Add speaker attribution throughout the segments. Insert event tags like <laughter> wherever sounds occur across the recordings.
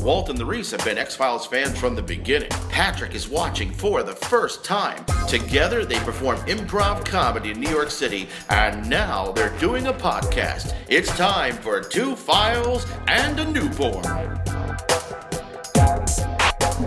Speaker 1: Walt and the Reese have been X Files fans from the beginning. Patrick is watching for the first time. Together, they perform improv comedy in New York City, and now they're doing a podcast. It's time for Two Files and a Newborn.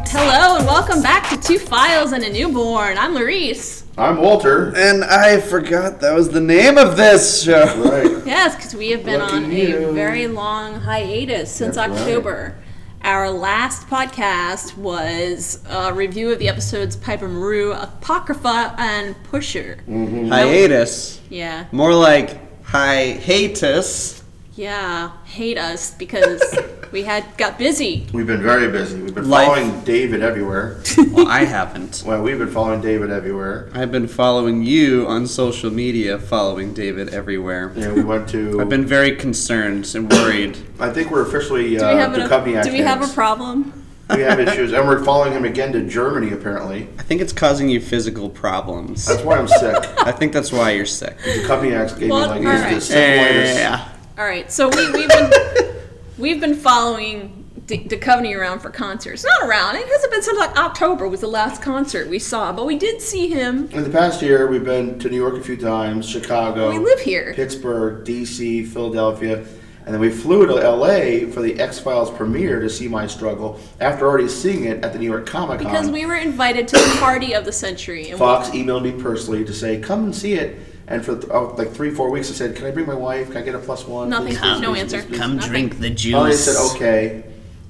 Speaker 2: Hello and welcome back to Two Files and a Newborn. I'm Larice.
Speaker 3: I'm Walter.
Speaker 4: And I forgot that was the name of this show.
Speaker 3: Right.
Speaker 2: Yes, because we have been
Speaker 3: Lucky
Speaker 2: on
Speaker 3: you.
Speaker 2: a very long hiatus since
Speaker 3: That's right.
Speaker 2: October. Our last podcast was a review of the episodes Pipe and Rue, Apocrypha, and Pusher.
Speaker 3: Mm.
Speaker 4: <laughs> Hiatus.
Speaker 2: Yeah,
Speaker 4: More like hiatus.
Speaker 2: yeah. Hate us
Speaker 3: <laughs>
Speaker 2: because we had got busy.
Speaker 3: We've been very busy. We've been
Speaker 4: Life.
Speaker 3: following David everywhere.
Speaker 4: Well, I haven't.
Speaker 3: Well, we've been following David everywhere.
Speaker 4: I've been following you on social media, following David everywhere.
Speaker 3: You know, we went
Speaker 2: <laughs>
Speaker 3: to.
Speaker 4: I've been very concerned and worried.
Speaker 3: I think we're officially
Speaker 2: Do we
Speaker 3: uh,
Speaker 2: have,
Speaker 3: the
Speaker 2: an-
Speaker 3: company
Speaker 2: do we have a
Speaker 3: actives.
Speaker 2: problem?
Speaker 3: We have issues, and we're following him again to Germany. Apparently,
Speaker 4: I think it's causing you physical problems.
Speaker 3: that's why
Speaker 2: <laughs>
Speaker 3: I'm sick.
Speaker 4: I think that's why you're sick. Eh.
Speaker 3: The company acts gave me
Speaker 2: Well,
Speaker 3: like
Speaker 2: alright.
Speaker 3: the syphilitis.
Speaker 2: All right, so we, we've
Speaker 4: <laughs>
Speaker 2: been we've been following D- Duchovny around for concerts. Not around. It hasn't been since like October was the last concert we saw, but we did see him.
Speaker 3: In the past year, we've been to New York a few times, Chicago,
Speaker 2: We live here.
Speaker 3: Pittsburgh, D.C., Philadelphia, and then we flew to L.A. for the X Files premiere to see My Struggle after already seeing it at the New York Comic Con.
Speaker 2: Because we were invited to the party of the century, and
Speaker 3: Fox emailed me personally to say, "Come and see it." And for th- oh, like three, four weeks, I said, "Can I bring my wife? Can I get a plus one?"
Speaker 2: nothing,
Speaker 3: Please, please,
Speaker 2: no
Speaker 3: please,
Speaker 2: answer.
Speaker 3: please, please."
Speaker 2: Nothing.
Speaker 4: the juice.
Speaker 3: Finally, I said, "Okay."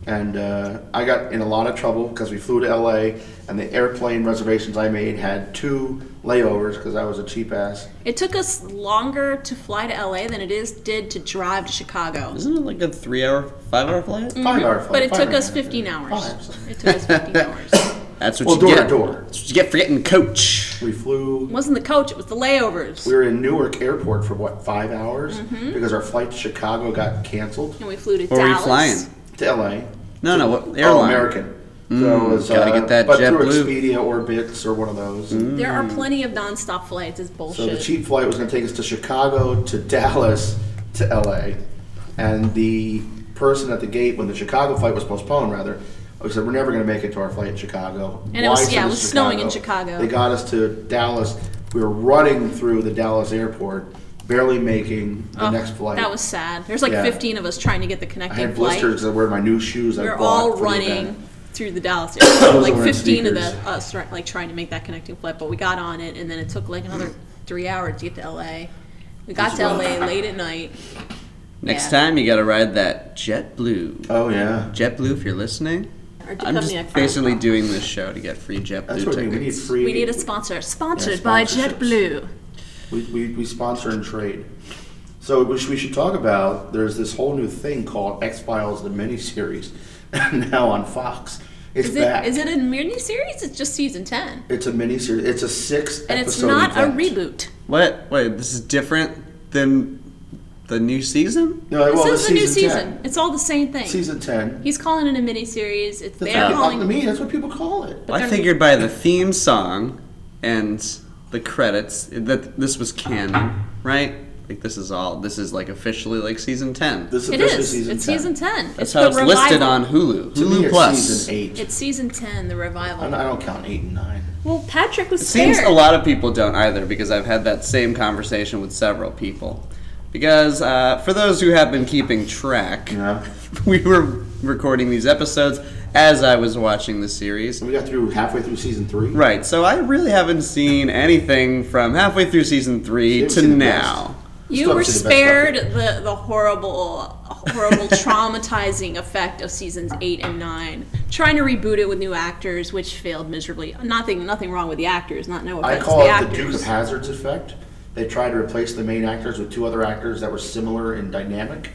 Speaker 3: And uh, I got in a lot of trouble because we flew to LA, and the airplane reservations I made had two layovers because I was a cheap ass.
Speaker 2: It took us longer to fly to LA than it is did to drive to Chicago.
Speaker 4: Isn't it like a three-hour, five-hour flight?
Speaker 3: Five hour flight.
Speaker 2: But it
Speaker 3: five
Speaker 2: took
Speaker 3: hour
Speaker 2: us
Speaker 3: flight.
Speaker 2: 15 hours.
Speaker 3: Five.
Speaker 2: It took us
Speaker 4: <laughs>
Speaker 2: 15 hours.
Speaker 4: That's what
Speaker 3: Well,
Speaker 4: you
Speaker 3: door
Speaker 4: get.
Speaker 3: to door.
Speaker 4: That's what you get for getting coach.
Speaker 3: We flew.
Speaker 2: It wasn't the coach, it was the layovers.
Speaker 3: We were in Newark Airport for what five hours
Speaker 2: Mm-hmm.
Speaker 3: because our flight to Chicago got canceled
Speaker 2: and we flew to
Speaker 4: Where were
Speaker 2: Dallas.
Speaker 4: you flying?
Speaker 3: to LA.
Speaker 4: No, no, what
Speaker 3: All
Speaker 4: airline? Mm.
Speaker 3: American. So it was,
Speaker 4: gotta
Speaker 3: uh,
Speaker 4: get that
Speaker 3: but through
Speaker 4: JetBlue. Mm-hmm.
Speaker 3: Expedia or Bits or one of those.
Speaker 2: There
Speaker 4: Hmm.
Speaker 2: are plenty of nonstop flights. It's
Speaker 3: So
Speaker 2: bullshit.
Speaker 3: the cheap flight was going to take us to Chicago, to Dallas, to LA, and the person at the gate when the Chicago flight was postponed, rather, we said we're never going to make it to our flight in Chicago.
Speaker 2: And it was-
Speaker 3: send
Speaker 2: yeah, it
Speaker 3: us
Speaker 2: was
Speaker 3: to
Speaker 2: snowing in Chicago.
Speaker 3: They got us to Dallas. We were running through the Dallas airport, barely making the
Speaker 2: Oh,
Speaker 3: next flight.
Speaker 2: That was sad. There's like
Speaker 3: Yeah.
Speaker 2: 15 of us trying to get the
Speaker 3: I
Speaker 2: connecting
Speaker 3: had
Speaker 2: flight.
Speaker 3: blisters. I wear my new shoes.
Speaker 2: We
Speaker 3: I
Speaker 2: We're
Speaker 3: bought
Speaker 2: all
Speaker 3: for the
Speaker 2: running
Speaker 3: event.
Speaker 2: through the Dallas
Speaker 3: <coughs>
Speaker 2: airport.
Speaker 3: Those
Speaker 2: like
Speaker 3: were in
Speaker 2: 15 of the,
Speaker 3: sneakers.
Speaker 2: us right, like trying to make that connecting flight, but we got on it, and then it took like another three hours to get to LA. We got to LA late at night.
Speaker 4: Next
Speaker 2: Yeah.
Speaker 4: time you gotta ride that JetBlue.
Speaker 3: Oh yeah,
Speaker 4: JetBlue, if you're listening,
Speaker 2: Or to
Speaker 4: I'm
Speaker 2: come
Speaker 4: just
Speaker 2: next
Speaker 4: basically
Speaker 2: time.
Speaker 4: doing this show to get free JetBlue
Speaker 3: that's
Speaker 4: tickets.
Speaker 3: what we need. We need free.
Speaker 2: We need a sponsor. Sponsored
Speaker 3: Yeah,
Speaker 2: by
Speaker 3: sponsorships.
Speaker 2: JetBlue.
Speaker 3: We, we, we sponsor and trade. So we should, we should talk about there's this whole new thing called X Files the miniseries <laughs> now on Fox. It's
Speaker 2: Is
Speaker 3: back.
Speaker 2: it, is it a mini series? It's just season 10.
Speaker 3: It's a miniseries. It's a six
Speaker 2: And it's
Speaker 3: episode.
Speaker 2: not a
Speaker 3: event.
Speaker 2: reboot.
Speaker 4: What? Wait, this is different than the new season?
Speaker 3: No, well,
Speaker 2: this
Speaker 3: it's
Speaker 2: is a new
Speaker 3: season
Speaker 2: season. It's all the same thing.
Speaker 3: ten. Season ten.
Speaker 2: He's calling it a mini series. It's
Speaker 3: That's
Speaker 2: they're
Speaker 3: what,
Speaker 2: calling
Speaker 3: to me, that's what people call it.
Speaker 4: Well, I
Speaker 2: they're-
Speaker 4: figured by the theme song and the credits that this was canon, right? Like this is all. This is like officially like season ten.
Speaker 3: This is
Speaker 2: It
Speaker 3: officially
Speaker 2: is.
Speaker 3: season
Speaker 2: it's
Speaker 3: 10.
Speaker 2: season ten.
Speaker 4: That's
Speaker 2: it's
Speaker 4: how
Speaker 2: the
Speaker 4: it's listed
Speaker 2: revival.
Speaker 4: on Hulu.
Speaker 3: To me,
Speaker 4: Hulu
Speaker 3: it's
Speaker 4: Plus.
Speaker 3: season eight.
Speaker 2: It's season ten, the revival.
Speaker 3: I don't- I don't count eight and nine.
Speaker 2: well, Patrick was
Speaker 4: It seems
Speaker 2: scared.
Speaker 4: a lot of people don't either because I've had that same conversation with several people. Because uh, for those who have been keeping track,
Speaker 3: Yeah.
Speaker 4: <laughs> we were recording these episodes as I was watching the series.
Speaker 3: We got through halfway through season three.
Speaker 4: Right, so I really haven't seen anything from halfway through season
Speaker 3: You
Speaker 4: three
Speaker 3: haven't
Speaker 4: to
Speaker 3: seen the
Speaker 4: now.
Speaker 2: You
Speaker 3: Stuff
Speaker 2: were
Speaker 3: to the best
Speaker 2: spared the the horrible,
Speaker 4: <laughs>
Speaker 2: horrible, traumatizing effect of seasons eight and nine. Trying to reboot it with new actors, which failed miserably. Nothing, nothing wrong with the actors. Not no
Speaker 3: I
Speaker 2: offense to
Speaker 3: call
Speaker 2: the
Speaker 3: it the
Speaker 2: actors.
Speaker 3: Duke of Hazards effect. They tried to replace the main actors with two other actors that were similar in dynamic.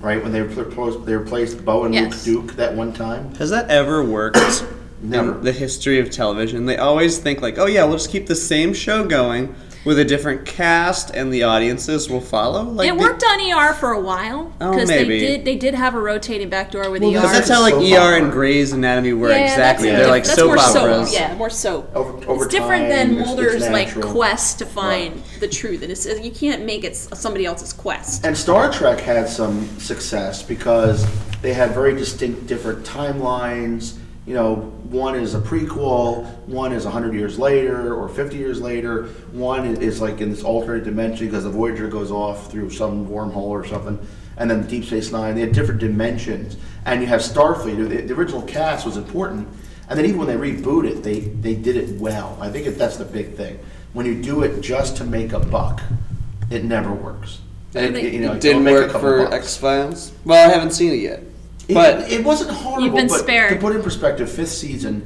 Speaker 3: Right when they proposed, they replaced Bo and
Speaker 2: Yes.
Speaker 3: Luke Duke that one time.
Speaker 4: Has that ever worked
Speaker 3: <clears throat> Never.
Speaker 4: in the history of television? They always think, like, oh yeah, we'll just keep the same show going, with a different cast, and the audiences will follow. Like
Speaker 2: it
Speaker 4: the-
Speaker 2: worked on ER for a while
Speaker 4: Oh,
Speaker 2: because
Speaker 4: maybe.
Speaker 2: they did they did have a rotating back door with
Speaker 3: Well,
Speaker 2: ER.
Speaker 4: Because that's how like
Speaker 3: Soap
Speaker 4: ER
Speaker 3: opera.
Speaker 4: and Grey's Anatomy were
Speaker 2: Yeah,
Speaker 4: exactly.
Speaker 2: That's,
Speaker 4: They're like
Speaker 2: that's
Speaker 4: soap
Speaker 2: more
Speaker 4: operas.
Speaker 2: Soap. Yeah, more soap.
Speaker 3: Over- over
Speaker 2: it's different
Speaker 3: time,
Speaker 2: than
Speaker 3: it's- it's
Speaker 2: Mulder's like
Speaker 3: natural.
Speaker 2: quest to find the truth, and it's you can't make it s- somebody else's quest.
Speaker 3: And Star Trek had some success because they had very distinct different timelines. You know, one is a prequel, one is 100 years later or 50 years later, one i- is like in this alternate dimension because the Voyager goes off through some wormhole or something, and then Deep Space Nine. They had different dimensions. And you have Starfleet. The, the original cast was important. And then even when they reboot it, they, they did it well. I think that's the big thing. When you do it just to make a buck, it never works. And
Speaker 2: It-
Speaker 3: you know,
Speaker 4: It didn't
Speaker 3: it'll make a
Speaker 4: work
Speaker 3: couple
Speaker 4: for
Speaker 3: bucks.
Speaker 4: X Files. Well, I haven't seen it yet,
Speaker 3: It-
Speaker 4: but
Speaker 3: it, wasn't horrible.
Speaker 2: You've been
Speaker 3: but
Speaker 2: spared.
Speaker 3: To put in perspective, fifth season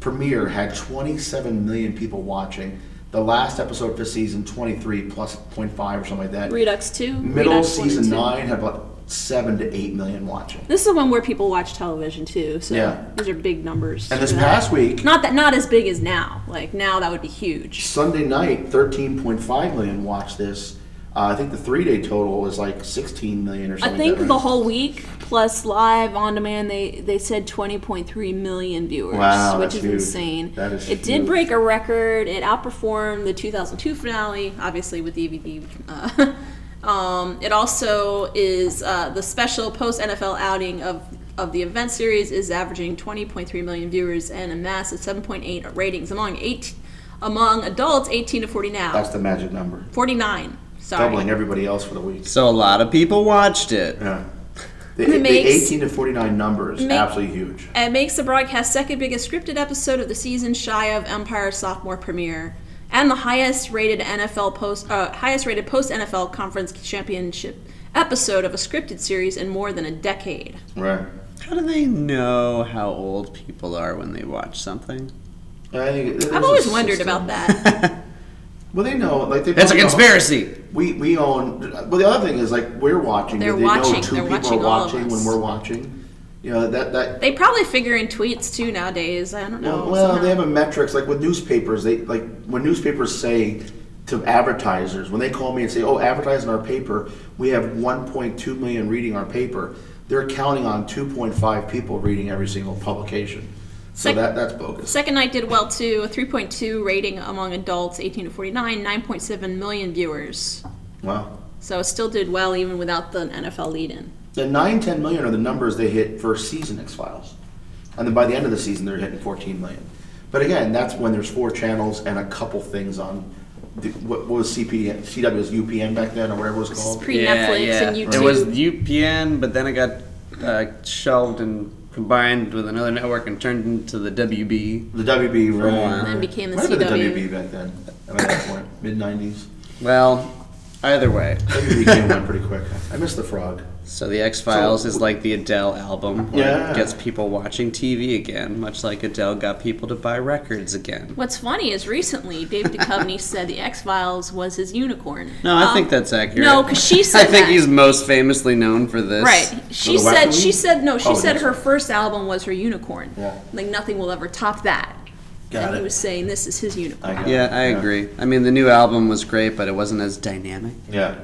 Speaker 3: premiere had 27 million people watching. The last episode of fifth season, 23 plus 0.5 or something like that.
Speaker 2: Redux two.
Speaker 3: Middle
Speaker 2: Redux one and
Speaker 3: season
Speaker 2: two.
Speaker 3: nine had about seven to eight million watching.
Speaker 2: This is the one where people watch television too. So
Speaker 3: Yeah.
Speaker 2: these are big numbers.
Speaker 3: And this
Speaker 2: for that.
Speaker 3: past week,
Speaker 2: not that not as big as now. Like now that would be huge.
Speaker 3: Sunday night, 13.5 million watched this. Uh, I think the three-day total is like 16 million or
Speaker 2: I
Speaker 3: something. like
Speaker 2: think
Speaker 3: that,
Speaker 2: the
Speaker 3: right?
Speaker 2: whole week plus live on demand, they, they said 20.3 million viewers,
Speaker 3: Wow,
Speaker 2: which
Speaker 3: that's
Speaker 2: is
Speaker 3: huge.
Speaker 2: insane.
Speaker 3: That is
Speaker 2: it did
Speaker 3: huge.
Speaker 2: break a record. It outperformed the 2002 finale, obviously with DVD. Uh, <laughs> um, it also is uh, the special post NFL outing of of the event series is averaging 20.3 million viewers and a massive 7.8 ratings among eight among adults 18 to 40 now.
Speaker 3: That's the magic number.
Speaker 2: 49. Sorry.
Speaker 3: Doubling everybody else for the week.
Speaker 4: so a lot of people watched it.
Speaker 3: Yeah. The,
Speaker 2: And it
Speaker 3: the
Speaker 2: makes-
Speaker 3: 18 to 49 number is
Speaker 2: Ma-
Speaker 3: absolutely huge.
Speaker 2: and makes the broadcast second biggest scripted episode of the season, shy of Empire's sophomore premiere, and the highest rated NFL post uh, highest rated post NFL conference championship episode of a scripted series in more than a decade.
Speaker 3: Right.
Speaker 4: How do they know how old people are when they watch something?
Speaker 3: I think it-
Speaker 2: I've
Speaker 3: there's
Speaker 2: always
Speaker 3: a
Speaker 2: wondered
Speaker 3: system.
Speaker 2: about that.
Speaker 3: <laughs> Well, they know, like they.
Speaker 4: That's a
Speaker 3: probably know-
Speaker 4: conspiracy.
Speaker 3: We we own. Well, the other thing is like we're watching.
Speaker 2: They're
Speaker 3: they
Speaker 2: watching.
Speaker 3: Know 2
Speaker 2: They're
Speaker 3: people
Speaker 2: watching
Speaker 3: are
Speaker 2: all of
Speaker 3: watching
Speaker 2: us.
Speaker 3: when we're watching. You know that that.
Speaker 2: They probably figure in tweets too nowadays. I don't know.
Speaker 3: well, well,
Speaker 2: somehow.
Speaker 3: they have a metrics like with newspapers. They like when newspapers say to advertisers when they call me and say, "Oh, advertise in our paper. We have 1.2 million reading our paper." They're counting on 2.5 people reading every single publication. So
Speaker 2: Sec-
Speaker 3: that that's bogus.
Speaker 2: Second night did well too, a 3.2 rating among adults 18 to 49, 9.7 million viewers.
Speaker 3: Wow.
Speaker 2: So it still did well even without the NFL lead in.
Speaker 3: The nine, ten million are the numbers they hit for season X Files, and then by the end of the season they're hitting fourteen million. But again, that's when there's four channels and a couple things on the, what, what was CPN, CW's UPN back then or whatever it was
Speaker 2: This is
Speaker 3: called.
Speaker 2: pre Netflix and YouTube.
Speaker 4: It was UPN, but then it got uh, shelved and combined with another network and turned into the WB.
Speaker 3: the WB
Speaker 4: a while.
Speaker 3: right?
Speaker 2: and then became the
Speaker 3: Might have been the
Speaker 2: CW.
Speaker 3: WB back then. At that point, mid nineties.
Speaker 4: Well, either way.
Speaker 3: <laughs> WB came on pretty quick. I missed the frog.
Speaker 4: So the X Files is like the Adele album. where
Speaker 3: Yeah.
Speaker 4: It gets people watching TV again, much like Adele got people to buy records again.
Speaker 2: What's funny is recently Dave Duchovny said the X Files was his unicorn.
Speaker 4: No, I
Speaker 2: Um,
Speaker 4: think that's accurate.
Speaker 2: no, 'cause
Speaker 4: <laughs>
Speaker 2: she said
Speaker 4: I think
Speaker 2: that.
Speaker 4: he's most famously known for this.
Speaker 2: right. She
Speaker 3: the
Speaker 2: said
Speaker 3: Wackadoodle?
Speaker 2: she said no. She
Speaker 3: Oh,
Speaker 2: said
Speaker 3: that's
Speaker 2: her
Speaker 3: right.
Speaker 2: first album was her unicorn.
Speaker 3: Yeah.
Speaker 2: Like nothing will ever top that.
Speaker 3: Got
Speaker 2: and
Speaker 3: it.
Speaker 2: he was saying this is his unicorn.
Speaker 3: I got
Speaker 4: Yeah,
Speaker 3: it.
Speaker 4: I agree. I mean, the new album was great, but it wasn't as dynamic.
Speaker 3: Yeah.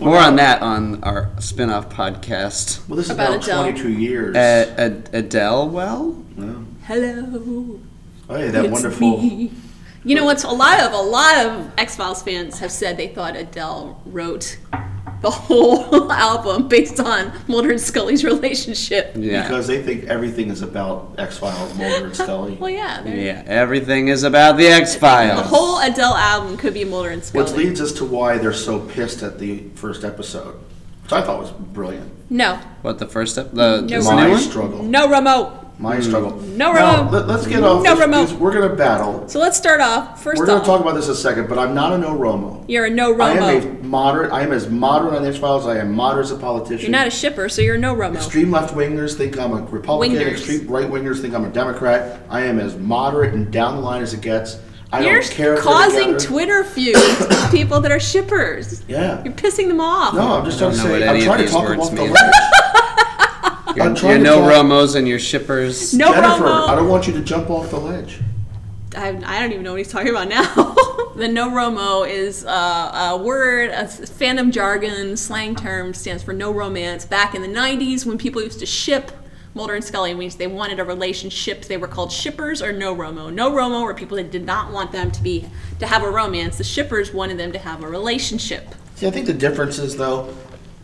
Speaker 4: More on that on our spin off podcast.
Speaker 3: Well, this is
Speaker 2: About
Speaker 3: now
Speaker 2: Adele.
Speaker 3: twenty-two years.
Speaker 4: Uh, Ad- Adele, well?
Speaker 3: Yeah.
Speaker 2: Hello.
Speaker 3: Oh yeah, that
Speaker 2: it's
Speaker 3: wonderful.
Speaker 2: me. <laughs> You know what's a lot of a lot of X Files fans have said they thought Adele wrote the whole <laughs> album based on Mulder and Scully's relationship.
Speaker 4: Yeah.
Speaker 3: Because they think everything is about X Files, Mulder,
Speaker 2: <laughs>
Speaker 3: and Scully.
Speaker 2: Well, yeah. there-
Speaker 4: yeah, everything is about the X Files.
Speaker 2: The whole Adele album could be Mulder and
Speaker 3: Which
Speaker 2: Scully.
Speaker 3: leads us to why they're so pissed at the first episode, which I thought was brilliant.
Speaker 2: No,
Speaker 4: What, the first step? The, this
Speaker 2: Is it
Speaker 3: My
Speaker 4: new one?
Speaker 3: struggle.
Speaker 2: no remote.
Speaker 3: My struggle.
Speaker 2: Hmm. No
Speaker 3: Now,
Speaker 2: remote.
Speaker 3: Let, us get off.
Speaker 2: No
Speaker 3: this,
Speaker 2: remote.
Speaker 3: because We're going to battle.
Speaker 2: So let's start off. 1st
Speaker 3: We're going
Speaker 2: off,
Speaker 3: to talk about this in a second, but I'm not a no Romo.
Speaker 2: you're a no
Speaker 3: I am
Speaker 2: Romo.
Speaker 3: a moderate. I am as moderate on X Files as I am moderate as a politician.
Speaker 2: You're not a shipper, so you're a no Romo.
Speaker 3: Extreme left wingers think I'm a Republican.
Speaker 2: Wingers.
Speaker 3: Extreme right wingers think I'm a Democrat. I am as moderate and down the line as it gets. I
Speaker 2: You're
Speaker 3: don't care. if they're
Speaker 2: causing
Speaker 3: together.
Speaker 2: Twitter feuds with people that are shippers.
Speaker 3: Yeah.
Speaker 2: You're pissing them off.
Speaker 3: No, I'm just
Speaker 4: I
Speaker 3: trying to
Speaker 4: don't know what
Speaker 3: say. I'm
Speaker 4: any
Speaker 3: trying
Speaker 4: of
Speaker 3: to
Speaker 4: these
Speaker 3: talk
Speaker 4: words
Speaker 3: about the
Speaker 4: mean.
Speaker 3: left.
Speaker 4: Your,
Speaker 3: I'm trying
Speaker 4: your
Speaker 3: to
Speaker 4: no
Speaker 3: talk-
Speaker 4: Romos and your
Speaker 2: <laughs>
Speaker 4: shippers.
Speaker 2: No
Speaker 3: Jennifer, I
Speaker 2: Romo.
Speaker 3: don't want you to jump off the ledge.
Speaker 2: I, I don't even know what he's talking about now. <laughs> The no romo is uh, a word, a fandom jargon, slang term, stands for no romance. Back in the 90s, when people used to ship Mulder and Scully, when they wanted a relationship, they were called shippers or no romo. No romo were people that did not want them to be to have a romance. The shippers wanted them to have a relationship.
Speaker 3: See, I think the difference is though,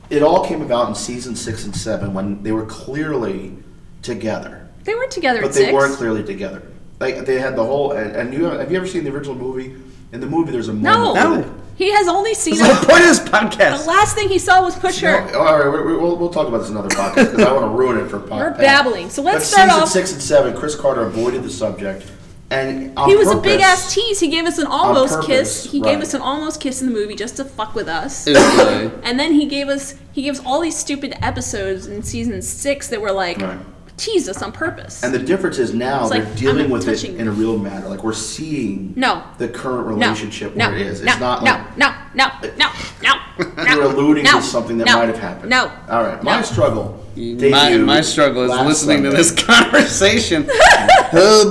Speaker 3: it all came about in season six and seven when they were clearly together,
Speaker 2: They were together
Speaker 3: but
Speaker 2: at
Speaker 3: they
Speaker 2: 6
Speaker 3: weren't clearly together. Like they had the whole. And, and you have you ever seen the original movie? In the movie, there's a
Speaker 2: no.
Speaker 3: moment. where
Speaker 4: No.
Speaker 3: they-
Speaker 2: He has only seen
Speaker 4: That's the
Speaker 3: <laughs>
Speaker 2: her.
Speaker 4: point of this
Speaker 2: The
Speaker 4: podcast.
Speaker 2: last thing he saw was Pusher.
Speaker 3: No, all right, we- we- we'll, we'll talk about this another podcast because I want to ruin it for podcast.
Speaker 2: We're babbling. So let's
Speaker 3: but
Speaker 2: start
Speaker 3: season
Speaker 2: off-
Speaker 3: six and seven. Chris Carter avoided the subject, and on
Speaker 2: He was a
Speaker 3: purpose-
Speaker 2: big ass tease. He gave us an almost
Speaker 3: purpose,
Speaker 2: kiss. He gave
Speaker 3: right.
Speaker 2: us an almost kiss in the movie just to fuck with us.
Speaker 4: It was really-
Speaker 2: And then he gave us he gives all these stupid episodes in season six that were like
Speaker 3: Right.
Speaker 2: teased us on purpose.
Speaker 3: And the difference is now
Speaker 2: It's
Speaker 3: they're
Speaker 2: like,
Speaker 3: dealing
Speaker 2: I'm
Speaker 3: with it
Speaker 2: touching-
Speaker 3: in a real matter. Like we're seeing
Speaker 2: No.
Speaker 3: the current
Speaker 2: no,
Speaker 3: relationship
Speaker 2: no,
Speaker 3: where it is.
Speaker 2: No,
Speaker 3: It's not
Speaker 2: no,
Speaker 3: like
Speaker 2: no, no, no, no, no.
Speaker 3: <laughs> you're alluding
Speaker 2: no,
Speaker 3: to something that
Speaker 2: no,
Speaker 3: might have happened.
Speaker 2: No.
Speaker 3: All right. My
Speaker 2: no.
Speaker 3: struggle.
Speaker 4: My,
Speaker 3: debuted
Speaker 4: my struggle is
Speaker 3: last
Speaker 4: listening to
Speaker 3: Sunday.
Speaker 4: this <laughs> conversation. <laughs> oh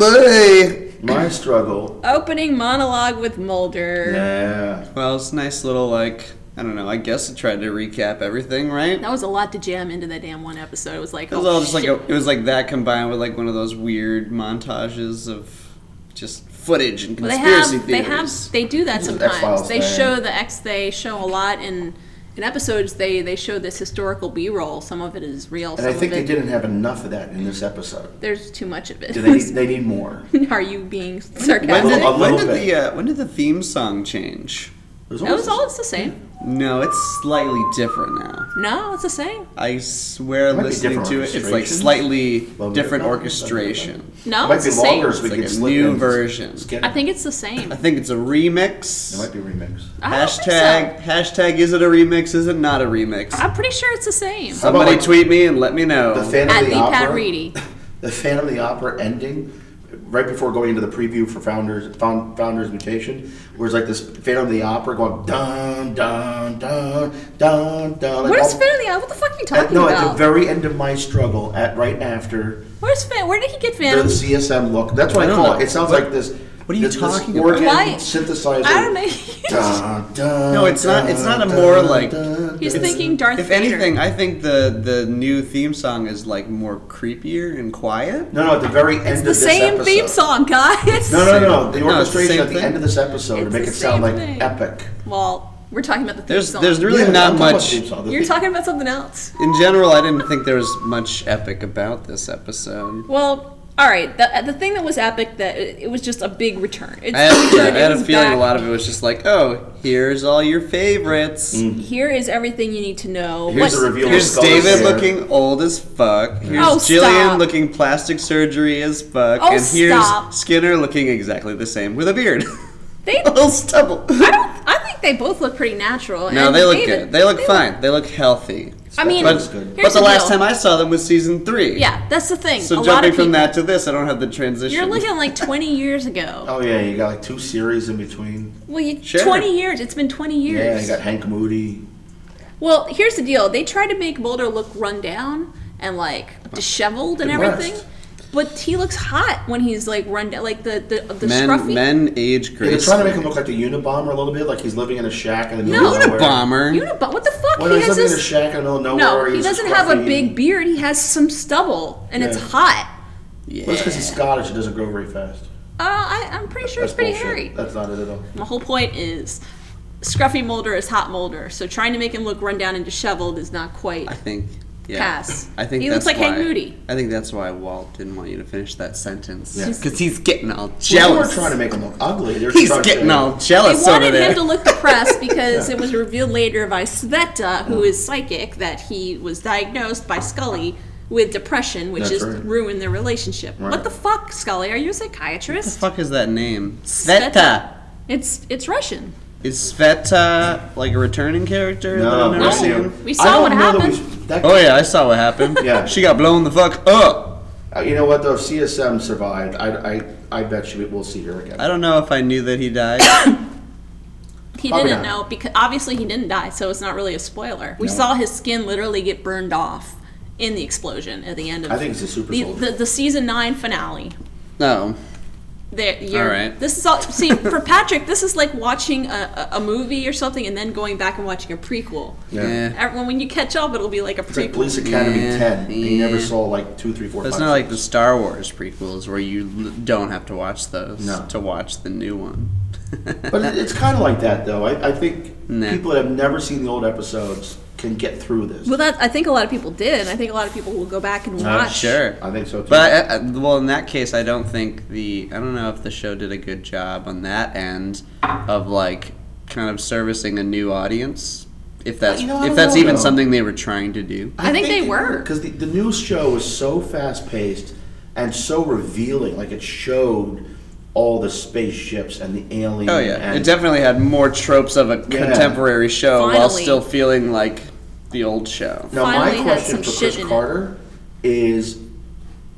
Speaker 4: boy.
Speaker 2: <laughs>
Speaker 3: My struggle.
Speaker 2: Opening monologue with Mulder.
Speaker 3: Yeah.
Speaker 4: Well, it's a nice little like I don't know. I guess it tried to recap everything, right?
Speaker 2: That was a lot to jam into that damn one episode. It was like
Speaker 4: It was
Speaker 2: oh,
Speaker 4: all just like
Speaker 2: shit.
Speaker 4: a, it was like that combined with like one of those weird montages of just footage and
Speaker 2: Well, they
Speaker 4: conspiracy
Speaker 2: have they
Speaker 4: theories.
Speaker 2: have they do that
Speaker 3: This is
Speaker 2: sometimes.
Speaker 3: X-Files
Speaker 2: They
Speaker 3: thing.
Speaker 2: show the X. They show a lot in in episodes. They they show this historical B roll. Some of it is real.
Speaker 3: And
Speaker 2: some
Speaker 3: I think
Speaker 2: of
Speaker 3: they
Speaker 2: it,
Speaker 3: didn't have enough of that in this episode.
Speaker 2: There's too much of it.
Speaker 3: Do they? Need, they need more.
Speaker 2: <laughs> Are you being
Speaker 4: when
Speaker 2: sarcastic?
Speaker 4: did,
Speaker 3: A little
Speaker 4: when did
Speaker 3: bit.
Speaker 4: the uh, when did the theme song change?
Speaker 3: There's
Speaker 2: No, it's all it's the same.
Speaker 4: No, it's slightly different now.
Speaker 2: No, it's the same.
Speaker 4: I swear,
Speaker 3: Might be
Speaker 4: listening
Speaker 3: different
Speaker 4: to it, it's like
Speaker 3: orchestrations.
Speaker 4: slightly
Speaker 3: Well,
Speaker 4: different
Speaker 3: no, no, no, no, no.
Speaker 4: orchestration.
Speaker 3: It
Speaker 2: No,
Speaker 3: might
Speaker 2: it's
Speaker 3: be
Speaker 2: the same.
Speaker 3: longer, so we
Speaker 4: It's
Speaker 3: can
Speaker 4: like a
Speaker 3: slip
Speaker 4: new
Speaker 3: in.
Speaker 4: version.
Speaker 3: Skip.
Speaker 2: I think it's the same.
Speaker 4: I think it's a remix.
Speaker 3: it might be remixed.
Speaker 2: I don't think so.
Speaker 4: hashtag hashtag is it a remix? Is it not a remix?
Speaker 2: I'm pretty sure it's the same.
Speaker 3: about,
Speaker 4: Somebody
Speaker 3: like,
Speaker 4: tweet me and let me know.
Speaker 3: The Phantom
Speaker 2: At
Speaker 3: of the
Speaker 2: the Pat
Speaker 3: Opera.
Speaker 2: Reedy.
Speaker 3: The Phantom of the Opera ending, right before going into the preview for Founders Found, Founders Mutation, where it's like this Phantom of the Opera going dun dun dun dun dun. like
Speaker 2: What is
Speaker 3: all-
Speaker 2: Finn in the What the fuck are you
Speaker 3: at-
Speaker 2: talking
Speaker 3: No, at the
Speaker 2: about?
Speaker 3: very end of my struggle, at right after
Speaker 2: Where's Finn? Where did he get
Speaker 3: the
Speaker 2: Finn?
Speaker 3: CSM look. That's what
Speaker 4: I
Speaker 3: I,
Speaker 4: don't
Speaker 3: call
Speaker 4: know.
Speaker 3: it. It sounds
Speaker 4: What-
Speaker 3: like this.
Speaker 4: what are you
Speaker 3: this, this
Speaker 4: talking about?
Speaker 3: organ
Speaker 2: Why-
Speaker 3: synthesizer.
Speaker 2: I
Speaker 3: <laughs>
Speaker 2: don't know. <laughs>
Speaker 3: Dun, dun,
Speaker 4: No, it's not- it's not a more, like-
Speaker 2: He's thinking Darth
Speaker 4: if
Speaker 2: Vader.
Speaker 4: anything, I think the the new theme song is like more creepier and quiet.
Speaker 3: No, no, at the very end
Speaker 2: It's
Speaker 3: of
Speaker 2: the
Speaker 3: this
Speaker 2: same
Speaker 3: episode.
Speaker 2: theme song, guys.
Speaker 3: No, no, no. The
Speaker 4: No, it's the
Speaker 3: orchestration
Speaker 4: same
Speaker 3: at the
Speaker 4: thing.
Speaker 3: end of this episode to
Speaker 2: It's
Speaker 3: make
Speaker 2: the
Speaker 3: it sound
Speaker 2: same
Speaker 3: like
Speaker 2: thing.
Speaker 3: epic.
Speaker 2: Well, we're talking about the theme
Speaker 4: There's
Speaker 2: song.
Speaker 4: there's really
Speaker 3: Yeah,
Speaker 4: not
Speaker 3: I'm talking about
Speaker 4: much.
Speaker 3: theme song. The
Speaker 2: You're
Speaker 3: theme-
Speaker 2: talking about something else.
Speaker 4: In general, I didn't think there was much epic about this episode.
Speaker 2: Well, all right. The, the thing that was epic that uh, it, it was just a big return. It's
Speaker 4: I had,
Speaker 2: a return.
Speaker 4: I had
Speaker 2: It
Speaker 4: a
Speaker 2: was
Speaker 4: feeling
Speaker 2: back.
Speaker 4: a lot of it was just like, oh, here's all your favorites.
Speaker 2: Here is everything you need to know.
Speaker 3: Here's Mm. the reveal.
Speaker 4: Here's
Speaker 3: Skull is
Speaker 4: David
Speaker 3: there.
Speaker 4: looking old as fuck. Here's
Speaker 2: Oh,
Speaker 4: Jillian
Speaker 2: stop.
Speaker 4: looking plastic surgery as fuck.
Speaker 2: Oh,
Speaker 4: and here's
Speaker 2: stop.
Speaker 4: Skinner looking exactly the same with a beard. <laughs>
Speaker 2: They,
Speaker 4: a little stubble.
Speaker 2: I don't. I think they both look pretty natural.
Speaker 4: No,
Speaker 2: and
Speaker 4: they look
Speaker 2: David-
Speaker 4: good. They look fine. they look healthy.
Speaker 2: I mean,
Speaker 4: But,
Speaker 3: That's good.
Speaker 4: but
Speaker 2: here's
Speaker 4: the last
Speaker 2: deal.
Speaker 4: time I saw them was season three.
Speaker 2: yeah, that's the thing.
Speaker 4: So
Speaker 2: a lot
Speaker 4: jumping
Speaker 2: of people,
Speaker 4: from that to this, I don't have the transition.
Speaker 2: you're looking like 20 years ago.
Speaker 4: <laughs>
Speaker 3: Oh yeah, you got like two series in between.
Speaker 2: Well, you,
Speaker 4: Sure.
Speaker 2: 20 years. It's been 20
Speaker 3: Yeah,
Speaker 2: years.
Speaker 3: you got Hank Moody.
Speaker 2: Well, here's the deal. They tried to make Mulder look run down and like disheveled and
Speaker 3: Depressed.
Speaker 2: everything, but he looks hot when he's like run down, like the the, the
Speaker 4: men.
Speaker 2: scruffy.
Speaker 4: Men age
Speaker 3: Yeah, they're
Speaker 4: gracefully.
Speaker 3: trying to make him look like the Unabomber a little bit, like he's living in a shack in the middle
Speaker 2: No.
Speaker 3: of nowhere.
Speaker 4: Unabomber.
Speaker 2: Unibot. What the fuck?
Speaker 3: Well, no,
Speaker 2: he
Speaker 3: he's
Speaker 2: has
Speaker 3: living in a
Speaker 2: this.
Speaker 3: shack in the middle of nowhere.
Speaker 2: No, he
Speaker 3: he's
Speaker 2: doesn't have a
Speaker 3: scruffy.
Speaker 2: big beard. He has some stubble, and it's
Speaker 3: Yeah.
Speaker 2: hot.
Speaker 3: Well, it's
Speaker 4: yeah.
Speaker 3: because he's Scottish; it doesn't grow very fast.
Speaker 2: Uh, I, I'm pretty sure
Speaker 3: That's
Speaker 2: it's pretty
Speaker 3: bullshit.
Speaker 2: hairy.
Speaker 3: That's not it at all.
Speaker 2: My whole point is, scruffy Mulder is hot Mulder, so trying to make him look run down and disheveled is not quite.
Speaker 4: I think. Yeah.
Speaker 2: Pass.
Speaker 4: I think
Speaker 2: He looks
Speaker 4: that's
Speaker 2: like Hank
Speaker 4: why-
Speaker 2: Moody.
Speaker 4: I think that's why Walt didn't want you to finish that sentence.
Speaker 3: Yeah.
Speaker 4: Because he's getting all
Speaker 3: Well, they
Speaker 4: jealous.
Speaker 3: were trying to make him look ugly. They're
Speaker 4: he's getting all
Speaker 2: They
Speaker 4: jealous over
Speaker 2: wanted
Speaker 4: there.
Speaker 2: him to look depressed because it was revealed later by Sveta, who is psychic, that he was diagnosed by Scully with depression, which
Speaker 3: That's
Speaker 2: is
Speaker 3: right.
Speaker 2: ruined their relationship. What
Speaker 3: Right.
Speaker 2: the fuck, Scully? Are you a
Speaker 4: what the
Speaker 2: psychiatrist?
Speaker 4: fuck is that name? Sveta.
Speaker 2: It's it's Russian.
Speaker 4: Is Sveta like a returning character? that
Speaker 3: No,
Speaker 4: I've
Speaker 3: we
Speaker 4: never
Speaker 2: No.
Speaker 3: see
Speaker 4: seen?
Speaker 3: him.
Speaker 2: We
Speaker 3: I
Speaker 2: saw
Speaker 3: don't
Speaker 2: what
Speaker 3: know that we
Speaker 2: happened.
Speaker 3: s- that-
Speaker 4: Oh yeah, I saw what happened.
Speaker 3: Yeah.
Speaker 4: she got blown the fuck up.
Speaker 3: Uh, You know what though? If CSM survived, I, I, I bet you we'll see her again.
Speaker 4: I don't know if I knew that he
Speaker 3: <coughs>
Speaker 4: died.
Speaker 2: He
Speaker 3: Probably
Speaker 2: didn't
Speaker 3: not.
Speaker 2: know because obviously he didn't die, so it's not really a spoiler. We
Speaker 3: No.
Speaker 2: saw his skin literally get burned off in the explosion at the end of
Speaker 3: I think he's a super
Speaker 2: the,
Speaker 3: soldier.
Speaker 2: the, the season nine finale.
Speaker 4: no,
Speaker 2: There, you're,
Speaker 4: All right.
Speaker 2: This is all. See, for Patrick, this is like watching a, a a movie or something and then going back and watching a prequel.
Speaker 3: Yeah.
Speaker 2: Everyone, when you catch up, it'll be like a
Speaker 3: It's like
Speaker 2: prequel.
Speaker 3: Police Academy
Speaker 4: Yeah,
Speaker 3: 10. and You never
Speaker 4: yeah.
Speaker 3: saw like two, three, four,
Speaker 4: That's
Speaker 3: five,
Speaker 4: not like the
Speaker 3: six.
Speaker 4: Star Wars prequels where you l- don't have to watch those
Speaker 3: No.
Speaker 4: to watch the new one. <laughs>
Speaker 3: But it- it's kind of like that, though. I, I think
Speaker 4: Nah.
Speaker 3: people that have never seen the old episodes can get through this.
Speaker 2: Well, that I think a lot of people did. I think a lot of people will go back and
Speaker 3: Uh,
Speaker 2: watch.
Speaker 4: sure.
Speaker 3: I think so too.
Speaker 4: But I, I, well, in that case, I don't think the I don't know if the show did a good job on that end of like kind of servicing a new audience. If that's
Speaker 3: You know, I
Speaker 4: if
Speaker 3: don't
Speaker 4: that's
Speaker 3: know,
Speaker 4: even
Speaker 3: though.
Speaker 4: something they were trying to do.
Speaker 2: I think they were.
Speaker 3: because the, the news show was so fast paced and so revealing. Like it showed all the spaceships and the alien.
Speaker 4: Oh yeah,
Speaker 3: and
Speaker 4: it definitely had more tropes of a contemporary show while
Speaker 2: Finally.
Speaker 4: still feeling like the old show.
Speaker 3: Now
Speaker 2: finally
Speaker 3: my
Speaker 2: had
Speaker 3: question
Speaker 2: some
Speaker 3: for
Speaker 2: shit
Speaker 3: Chris
Speaker 2: in it.
Speaker 3: Carter is: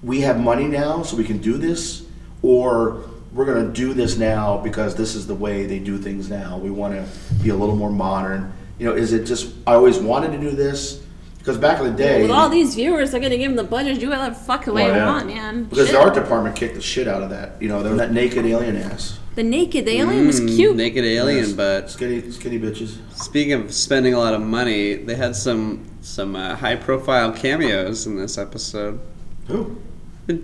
Speaker 3: we have money now, so we can do this, or we're going to do this now because this is the way they do things now. We want to be a little more modern. You know, is it just I always wanted to do this because back in the day,
Speaker 2: With all these viewers, they're gonna give them the budget. Do whatever the fuck the way
Speaker 3: Well,
Speaker 2: you
Speaker 3: Oh, yeah.
Speaker 2: want, man.
Speaker 3: Because
Speaker 2: Shit.
Speaker 3: the art department kicked the shit out of that. You know, they were that naked alien ass.
Speaker 2: the naked, the alien was
Speaker 4: Mm,
Speaker 2: cute.
Speaker 4: Naked Alien,
Speaker 3: Yes.
Speaker 4: but
Speaker 3: Skinny, skinny bitches.
Speaker 4: speaking of spending a lot of money, they had some some uh, high profile cameos in this episode.
Speaker 3: Who?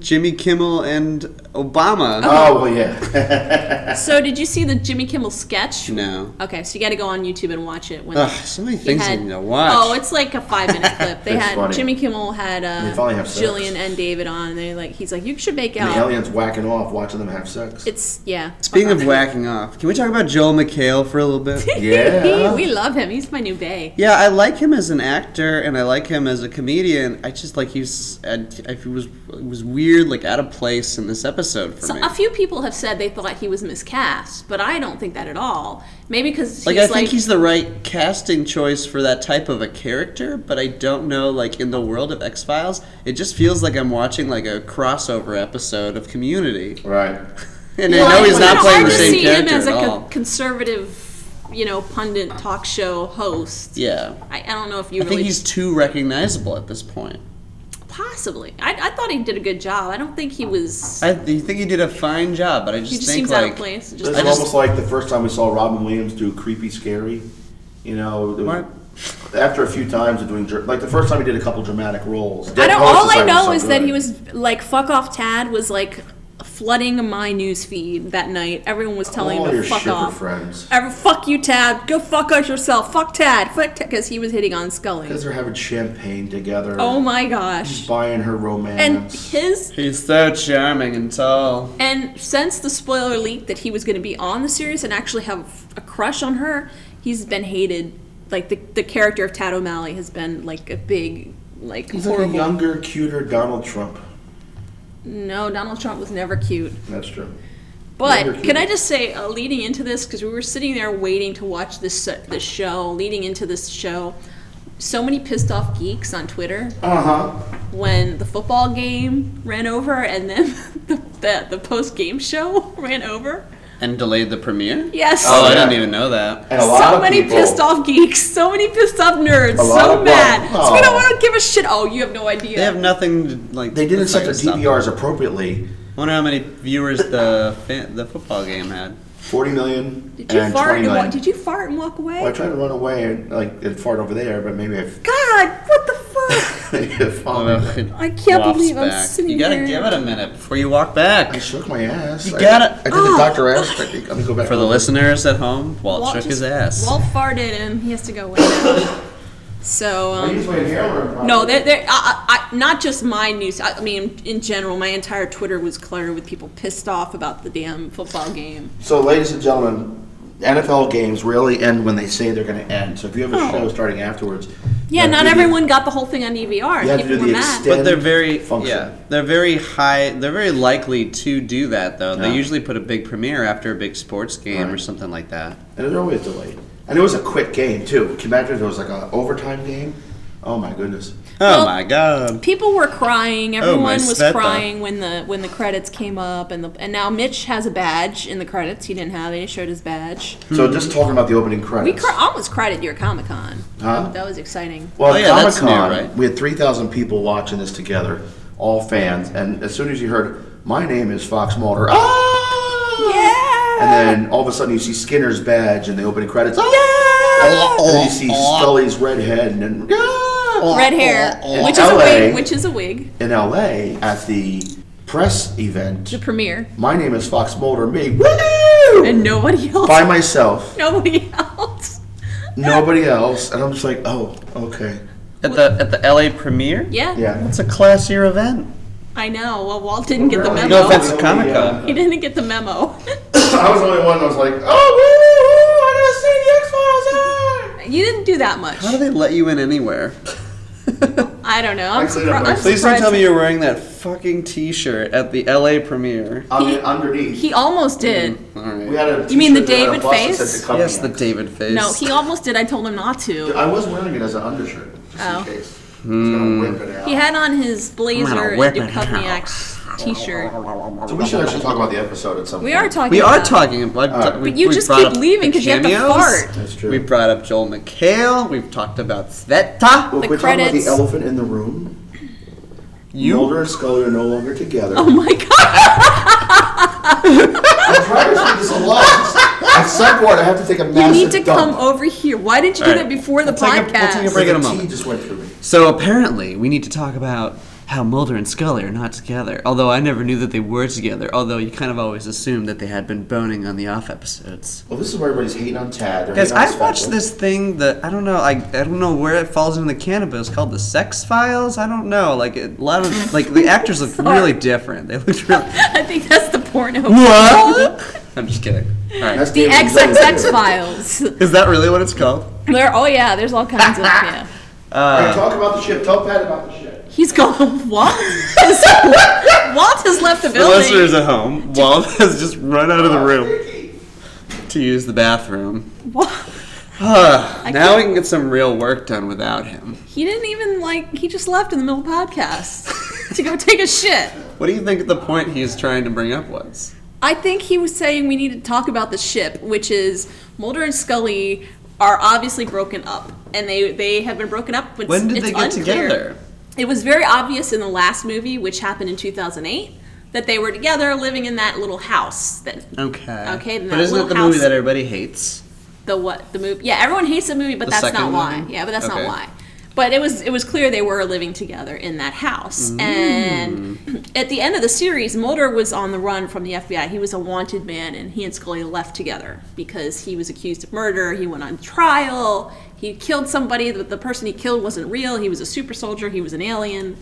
Speaker 4: Jimmy Kimmel and Obama.
Speaker 3: Oh,
Speaker 2: <laughs>
Speaker 3: well, yeah.
Speaker 2: So, did you see the Jimmy Kimmel sketch?
Speaker 4: No.
Speaker 2: Okay, so you got to go on YouTube and watch it. When
Speaker 4: Ugh, so many
Speaker 2: he
Speaker 4: things I
Speaker 2: had-
Speaker 4: need to watch.
Speaker 2: Oh, it's like a five
Speaker 4: <laughs>
Speaker 2: minute clip. They
Speaker 3: It's
Speaker 2: had
Speaker 3: funny.
Speaker 2: Jimmy Kimmel had uh,
Speaker 3: They finally have sex.
Speaker 2: Jillian and David on. And they like he's like you should make
Speaker 3: and
Speaker 2: out.
Speaker 3: the aliens whacking off, watching them have sex.
Speaker 2: It's yeah. <laughs>
Speaker 4: Speaking of whacking off, can we talk about Joel McHale for a little bit?
Speaker 3: yeah.
Speaker 2: we love him. He's my new bae.
Speaker 4: yeah, I like him as an actor and I like him as a comedian. I just like he's I, I he was it was weird, like out of place in this episode for
Speaker 2: So
Speaker 4: me.
Speaker 2: a few people have said they thought he was miscast, but I don't think that at all. Maybe because
Speaker 4: like I
Speaker 2: he's
Speaker 4: think
Speaker 2: like
Speaker 4: he's the right casting choice for that type of a character, but I don't know. Like in the world of X Files, it just feels like I'm watching like a crossover episode of Community,
Speaker 3: Right.
Speaker 4: and
Speaker 2: Well,
Speaker 4: I know
Speaker 2: it's
Speaker 4: he's not
Speaker 2: kinda
Speaker 4: playing
Speaker 2: hard
Speaker 4: the
Speaker 2: to
Speaker 4: same
Speaker 2: see
Speaker 4: character
Speaker 2: him as
Speaker 4: at
Speaker 2: like
Speaker 4: all.
Speaker 2: a conservative, you know, pundit talk show host.
Speaker 4: yeah,
Speaker 2: I, I don't know if you
Speaker 4: I
Speaker 2: really
Speaker 4: think he's too recognizable at this point.
Speaker 2: possibly. I, I thought he did a good job. I don't think he was.
Speaker 4: I th- think he did a fine job, but I just
Speaker 2: he just
Speaker 4: think
Speaker 2: seems
Speaker 4: like
Speaker 2: out of place. Just
Speaker 3: This is
Speaker 4: I just-
Speaker 3: almost like the first time we saw Robin Williams do Creepy Scary. You know, it was-
Speaker 4: What?
Speaker 3: after a few times of doing, dr- like the first time he did a couple dramatic roles.
Speaker 2: I
Speaker 3: Dead
Speaker 2: don't.
Speaker 3: Poets
Speaker 2: All I
Speaker 3: Society
Speaker 2: know
Speaker 3: so
Speaker 2: is that
Speaker 3: good.
Speaker 2: he was like "fuck off, Tad" was like flooding my news feed that night. Everyone was telling
Speaker 3: All
Speaker 2: him
Speaker 3: your
Speaker 2: to fuck
Speaker 3: shipper
Speaker 2: off.
Speaker 3: friends.
Speaker 2: Ever fuck you, Tad. Go fuck out yourself. Fuck Tad. Fuck Tad, because he was hitting on Scully.
Speaker 3: Because they're having champagne together.
Speaker 2: Oh my gosh.
Speaker 3: Buying her
Speaker 2: And
Speaker 3: romance.
Speaker 2: his
Speaker 4: he's so charming and tall.
Speaker 2: and since the spoiler leak that he was going to be on the series and actually have a crush on her, he's been hated. Like the the character of Tad O'Malley has been like a big like
Speaker 3: He's like
Speaker 2: horrible.
Speaker 3: a younger, cuter Donald Trump.
Speaker 2: no, Donald Trump was never cute.
Speaker 3: That's true. Never
Speaker 2: But
Speaker 3: cute.
Speaker 2: can I just say, uh, leading into this, because we were sitting there waiting to watch this uh, this show, leading into this show, so many pissed off geeks on Twitter
Speaker 3: Uh
Speaker 4: Uh-huh.
Speaker 3: huh.
Speaker 2: when the football game ran over and then <laughs> the the, the post game show <laughs> ran over.
Speaker 4: And delayed the premiere?
Speaker 2: Yes.
Speaker 4: Oh, I
Speaker 3: yeah.
Speaker 4: didn't even know that.
Speaker 3: And a lot
Speaker 2: so
Speaker 3: of
Speaker 2: many
Speaker 3: people,
Speaker 2: pissed off geeks, so many pissed off nerds,
Speaker 3: A lot
Speaker 2: so
Speaker 3: of-
Speaker 2: mad.
Speaker 3: well,
Speaker 2: So we don't
Speaker 3: oh.
Speaker 2: want to give a shit. Oh, you have no idea.
Speaker 4: They have nothing to, like.
Speaker 3: They didn't
Speaker 4: that's not
Speaker 3: set the
Speaker 4: gonna stop them.
Speaker 3: DVRs appropriately.
Speaker 4: Wonder how many viewers
Speaker 3: <laughs>
Speaker 4: the fan, the football game had.
Speaker 3: Forty million
Speaker 2: did you
Speaker 3: and
Speaker 2: fart
Speaker 3: twenty
Speaker 2: and
Speaker 3: million.
Speaker 2: walk? Did you fart and walk away?
Speaker 3: well, I tried to run away and like and fart over there, but maybe I <laughs>
Speaker 2: God, what the fuck?
Speaker 4: Ugh,
Speaker 3: f-
Speaker 4: it
Speaker 2: I can't
Speaker 4: wafts
Speaker 2: believe I'm
Speaker 4: back.
Speaker 2: sitting
Speaker 4: You gotta
Speaker 2: here.
Speaker 4: give it a minute before you walk back.
Speaker 3: I shook my ass.
Speaker 4: You
Speaker 3: I-
Speaker 4: gotta-
Speaker 3: I did
Speaker 2: Oh.
Speaker 3: the Dr. Ass technique. I'm gonna go back
Speaker 4: For the
Speaker 3: over.
Speaker 4: listeners at home, Walt,
Speaker 2: Walt
Speaker 4: shook
Speaker 2: just-
Speaker 4: his ass.
Speaker 2: Walt farted and he has to go away now. so,
Speaker 3: I
Speaker 2: um,
Speaker 3: use my inhaler.
Speaker 2: no, they're, they're, I, I, I- not just my news. I, I mean, in general, my entire Twitter was cluttered with people pissed off about the damn football game.
Speaker 3: So, ladies and gentlemen, NFL games rarely end when they say they're going to end. So, if you have a show starting afterwards,
Speaker 2: Oh. Yeah,
Speaker 3: you have
Speaker 2: not
Speaker 3: to do the-
Speaker 2: everyone got the whole thing on DVR.
Speaker 3: You have to
Speaker 2: People
Speaker 3: do
Speaker 2: were
Speaker 3: the
Speaker 2: mad.
Speaker 3: extent-
Speaker 4: But they're very
Speaker 3: function.
Speaker 4: yeah. They're very high. They're very likely to do that though. They
Speaker 3: Yeah.
Speaker 4: usually put a big premiere after a big sports game or
Speaker 3: Right.
Speaker 4: something like that.
Speaker 3: and they're always delayed. And it was a quick game too. Can you imagine if it was like an overtime game? Oh my goodness!
Speaker 4: Oh
Speaker 2: Well-
Speaker 4: my god!
Speaker 2: People were crying.
Speaker 3: Oh,
Speaker 2: Everyone was
Speaker 4: Sveta.
Speaker 2: crying when the when the credits came up, and the and now Mitch has a badge in the credits. He didn't have it. He showed his badge.
Speaker 3: So, just talking about the opening
Speaker 2: We
Speaker 3: credits.
Speaker 2: cr- almost cried at your Comic Con.
Speaker 3: Huh?
Speaker 2: That was exciting.
Speaker 3: Well,
Speaker 4: Oh,
Speaker 3: at
Speaker 4: yeah,
Speaker 3: Comic
Speaker 4: that's
Speaker 3: Con,
Speaker 4: new, right?
Speaker 3: we had 3,000 people watching this together, all fans. And as soon as you heard, my name is Fox Mulder, ah! And then all of a sudden you see Skinner's badge and the opening credits. ah! And then you see Scully's red head and then
Speaker 2: Red hair,
Speaker 4: oh, oh.
Speaker 2: which is a
Speaker 3: LA.
Speaker 2: wig, which is a wig.
Speaker 3: in LA at the press event.
Speaker 2: The premiere,
Speaker 3: My name is Fox Mulder, me. Woo!
Speaker 2: and nobody else. <laughs>
Speaker 3: By myself,
Speaker 2: nobody else.
Speaker 3: nobody else, and I'm just like, oh, okay,
Speaker 4: At the at the LA premiere?
Speaker 2: Yeah,
Speaker 3: yeah.
Speaker 4: It's a classier event.
Speaker 2: I know. Well, Walt didn't get the
Speaker 3: Really?
Speaker 2: memo.
Speaker 4: No offense to Comic-Con.
Speaker 2: He didn't get the memo. <laughs>
Speaker 3: <laughs> I was the only one that was like, oh, woo, woo, I gotta see the X Files.
Speaker 2: you didn't do that much.
Speaker 4: How do they let you in anywhere? <laughs>
Speaker 2: I don't know. I'm,
Speaker 3: Actually, no,
Speaker 2: surpri- I'm
Speaker 4: Please don't
Speaker 2: surprised.
Speaker 4: tell me you're wearing that fucking T-shirt at the LA premiere.
Speaker 3: I mean, underneath,
Speaker 2: he almost did.
Speaker 4: All right.
Speaker 3: we had a.
Speaker 2: You mean the
Speaker 3: t-shirt that had a
Speaker 2: David
Speaker 3: bus that said
Speaker 2: face?
Speaker 3: the company
Speaker 4: yes,
Speaker 3: on
Speaker 4: the
Speaker 3: it.
Speaker 4: David face.
Speaker 2: No, he almost did. I told him not to.
Speaker 3: I was wearing it as an undershirt, just
Speaker 2: Oh.
Speaker 3: in case.
Speaker 4: Hmm.
Speaker 3: Just gonna whip it out.
Speaker 2: He had on his
Speaker 4: I'm
Speaker 2: blazer
Speaker 4: gonna
Speaker 2: and
Speaker 4: whip it
Speaker 2: Duchovniak t-shirt.
Speaker 3: So we should actually talk about the episode at some
Speaker 2: We are
Speaker 3: point.
Speaker 2: talking.
Speaker 4: We are
Speaker 2: about it.
Speaker 4: talking about.
Speaker 3: All right.
Speaker 4: we,
Speaker 2: But you
Speaker 4: we
Speaker 2: just
Speaker 4: brought
Speaker 2: keep
Speaker 4: up
Speaker 2: leaving because you have to
Speaker 4: cameos.
Speaker 2: fart.
Speaker 3: That's true.
Speaker 4: We brought up Joel McHale. We've talked about Sveta.
Speaker 3: Well,
Speaker 2: the
Speaker 3: if we're talking about
Speaker 2: credits.
Speaker 3: the elephant in the room.
Speaker 4: You.
Speaker 3: Mulder and Scully are no longer together.
Speaker 2: Oh my
Speaker 4: <laughs>
Speaker 2: god!
Speaker 3: I'm trying to think this a lot. At some point, I have to take a
Speaker 2: You
Speaker 3: massive
Speaker 2: need to
Speaker 3: dump.
Speaker 2: come over here. Why didn't you do
Speaker 4: All right.
Speaker 2: that before the
Speaker 4: take a- we'll
Speaker 2: podcast?
Speaker 4: take a break. Bring it a
Speaker 3: The tea
Speaker 4: moment.
Speaker 3: just went through me.
Speaker 4: So apparently, we need to talk about how Mulder and Scully are not together. Although I never knew that they were together. Although you kind of always assumed that they had been boning on the off episodes.
Speaker 3: Well, this is where everybody's hating on Tad. they're
Speaker 4: Guys,
Speaker 3: hating on
Speaker 4: I watched
Speaker 3: Spectre.
Speaker 4: this thing that I don't know. I, I don't know where it falls into the canon, but it's called the Sex Files. I don't know. Like a lot of like the
Speaker 2: <laughs>
Speaker 4: actors looked really different. They looked
Speaker 2: <laughs>
Speaker 4: really.
Speaker 2: I think that's the porno. <laughs>
Speaker 4: what? I'm just kidding. All right.
Speaker 3: That's
Speaker 2: The
Speaker 3: David Dunn,
Speaker 2: XXX
Speaker 3: too.
Speaker 2: files.
Speaker 4: Is that really what it's called?
Speaker 2: <laughs> There. Oh yeah. There's all kinds of. Yeah.
Speaker 3: All right, talk about the ship. Tell Pat about the ship.
Speaker 2: <laughs> He's gone. <laughs> Walt. Walt has left the
Speaker 4: The listeners
Speaker 2: building. <laughs>
Speaker 4: at home, Walt has just run out of the room to use the bathroom. <sighs>
Speaker 2: Walt-
Speaker 4: Ah, now
Speaker 2: can't-
Speaker 4: we can get some real work done without him.
Speaker 2: He didn't even like. He just left in the middle of the podcast <laughs> to go take a shit.
Speaker 4: <laughs> What do you think the point he's trying to bring up was?
Speaker 2: I think he was saying we need to talk about the ship, which is Mulder and Scully are obviously broken up, and they they have been broken up. But
Speaker 4: When did
Speaker 2: it's
Speaker 4: they get
Speaker 2: unclear.
Speaker 4: together?
Speaker 2: It was very obvious in the last movie, which happened in 2008, that they were together, living in that little house. That
Speaker 4: Okay.
Speaker 2: Okay, then
Speaker 4: But
Speaker 2: that
Speaker 4: isn't it
Speaker 2: little
Speaker 4: the movie
Speaker 2: house-
Speaker 4: that everybody hates?
Speaker 2: the what the movie? Yeah, everyone hates the movie, but
Speaker 4: The
Speaker 2: that's not
Speaker 4: second
Speaker 2: why.
Speaker 4: movie?
Speaker 2: Yeah, but that's
Speaker 4: Okay.
Speaker 2: not why. But it was it was clear they were living together in that house. And at the end of the series, Mulder was on the run from the FBI. He was a wanted man, and he and Scully left together because he was accused of murder. He went on trial. He killed somebody. but The person he killed wasn't real. He was a super soldier. He was an alien.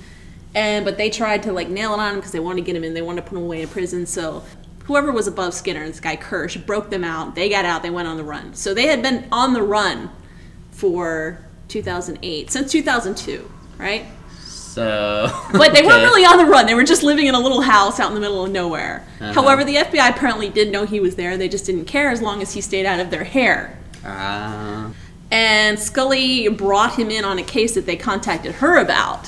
Speaker 2: And but they tried to like nail it on him because they wanted to get him in. They wanted to put him away in prison. So whoever was above Skinner, this guy Kirsch, broke them out. They got out. They went on the run. So they had been on the run for 2008 since 2002, right? <laughs>
Speaker 4: So.
Speaker 2: But they weren't
Speaker 4: okay.
Speaker 2: really on the run. They were just living in a little house out in the middle of nowhere.
Speaker 4: Uh-huh.
Speaker 2: However, the FBI apparently did know he was there. They just didn't care as long as he stayed out of their hair.
Speaker 4: Ah.
Speaker 2: And Scully brought him in on a case that they contacted her about.